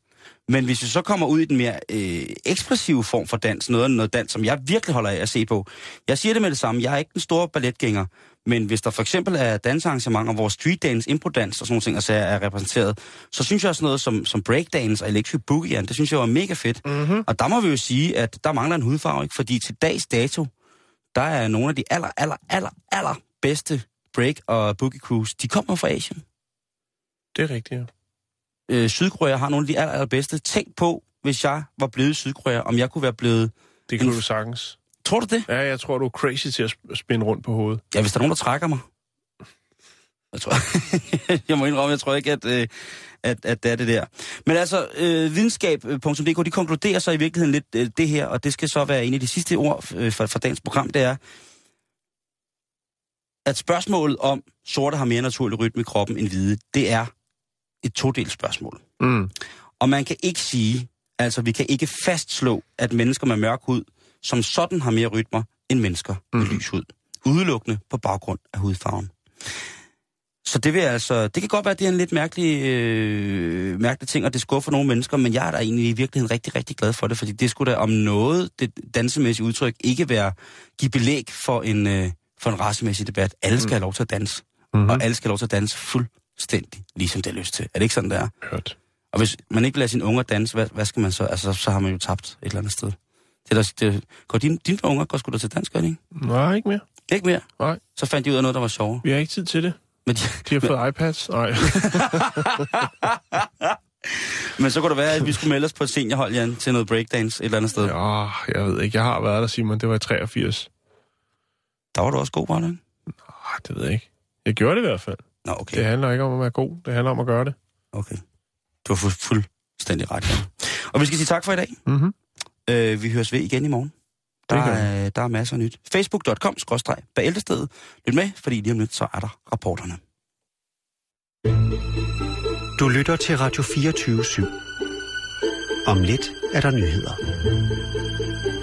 [SPEAKER 4] Men hvis vi så kommer ud i den mere øh, ekspressive form for dans, noget, noget dans, som jeg virkelig holder af at se på. Jeg siger det med det samme, jeg er ikke den store balletgænger, men hvis der for eksempel er dansearrangementer, hvor streetdance, improdans og sådan nogle ting og sager er repræsenteret, så synes jeg også noget som, som breakdance og electric boogie, det synes jeg var mega fedt.
[SPEAKER 5] Mm-hmm.
[SPEAKER 4] Og der må vi jo sige, at der mangler en hudfarve, ikke? fordi til dags dato, der er nogle af de aller, aller, aller, aller bedste break og boogie crews, de kommer fra Asien
[SPEAKER 5] Det er rigtigt, ja.
[SPEAKER 4] øh, Sydkorea har nogle af de aller, allerbedste. Tænk på, hvis jeg var blevet i Sydkorea, om jeg kunne være blevet...
[SPEAKER 5] Det kan
[SPEAKER 4] En-
[SPEAKER 5] du sagtens.
[SPEAKER 4] Tror du det?
[SPEAKER 5] Ja, jeg tror, du er crazy til at sp- spinde rundt på hovedet.
[SPEAKER 4] Ja, hvis der er nogen, der trækker mig. Jeg, tror, jeg må indrømme, jeg tror [laughs] ikke, at, øh, at, at det er det der. Men altså, øh, videnskab.dk, de konkluderer så i virkeligheden lidt øh, det her, og det skal så være en af de sidste ord øh, fra, fra dagens program, det er, at spørgsmålet om sorte har mere naturlig rytme i kroppen end hvide, det er et todelt spørgsmål.
[SPEAKER 5] Mm.
[SPEAKER 4] Og man kan ikke sige, altså vi kan ikke fastslå, at mennesker med mørk hud som sådan har mere rytmer end mennesker med lys hud. Udelukkende på baggrund af hudfarven. Så det vil altså, det kan godt være, at det er en lidt mærkelig, øh, mærkelig ting, og det skuffer nogle mennesker, men jeg er da egentlig i virkeligheden rigtig, rigtig glad for det, fordi det skulle da om noget, det dansemæssige udtryk, ikke være, give belæg for en, øh, for en racemæssig debat. Alle skal have lov til at danse,
[SPEAKER 5] Mm-hmm.
[SPEAKER 4] og alle skal have lov til at danse fuldstændig, ligesom det er lyst til. Er det ikke sådan, det er?
[SPEAKER 5] hørt.
[SPEAKER 4] Og hvis man ikke lader sine unger danse, hvad, hvad skal man så? Altså, så, så har man jo tabt et eller andet sted. Det er der, det, går din, dine unger går sgu da til dans, gør de ikke?
[SPEAKER 5] Nej, ikke mere.
[SPEAKER 4] Ikke mere.
[SPEAKER 5] Nej.
[SPEAKER 4] Så fandt de ud af noget, der var sjovere.
[SPEAKER 5] Vi har ikke tid til det.
[SPEAKER 4] Men, [laughs] de,
[SPEAKER 5] De har fået iPads. [laughs] Nej.
[SPEAKER 4] men så kunne det være, at vi skulle melde os på et seniorhold, Jan, til noget breakdance et eller andet sted. Ja.
[SPEAKER 5] Ja, jeg ved ikke. Jeg har været der, Simon. Det var i 83.
[SPEAKER 4] Der var du også god, var du ikke?
[SPEAKER 5] Ah, det ved jeg ikke. Jeg gjorde det i hvert fald.
[SPEAKER 4] Nå,
[SPEAKER 5] Okay. Det
[SPEAKER 4] okay.
[SPEAKER 5] handler ikke om at være god, det handler om at gøre det.
[SPEAKER 4] okay. Du har fu- fuldstændig ret. Ja. Og vi skal sige tak for i dag.
[SPEAKER 5] Mm-hmm.
[SPEAKER 4] Øh, vi høres ved igen i morgen. Der,
[SPEAKER 5] Det gør vi.
[SPEAKER 4] er, der er masser af nyt. Facebook.com, skråstreg, bæltestedet. Lyt med, fordi lige om lidt, så er der rapporterne.
[SPEAKER 3] Du lytter til Radio 24 /7. Om lidt er der nyheder.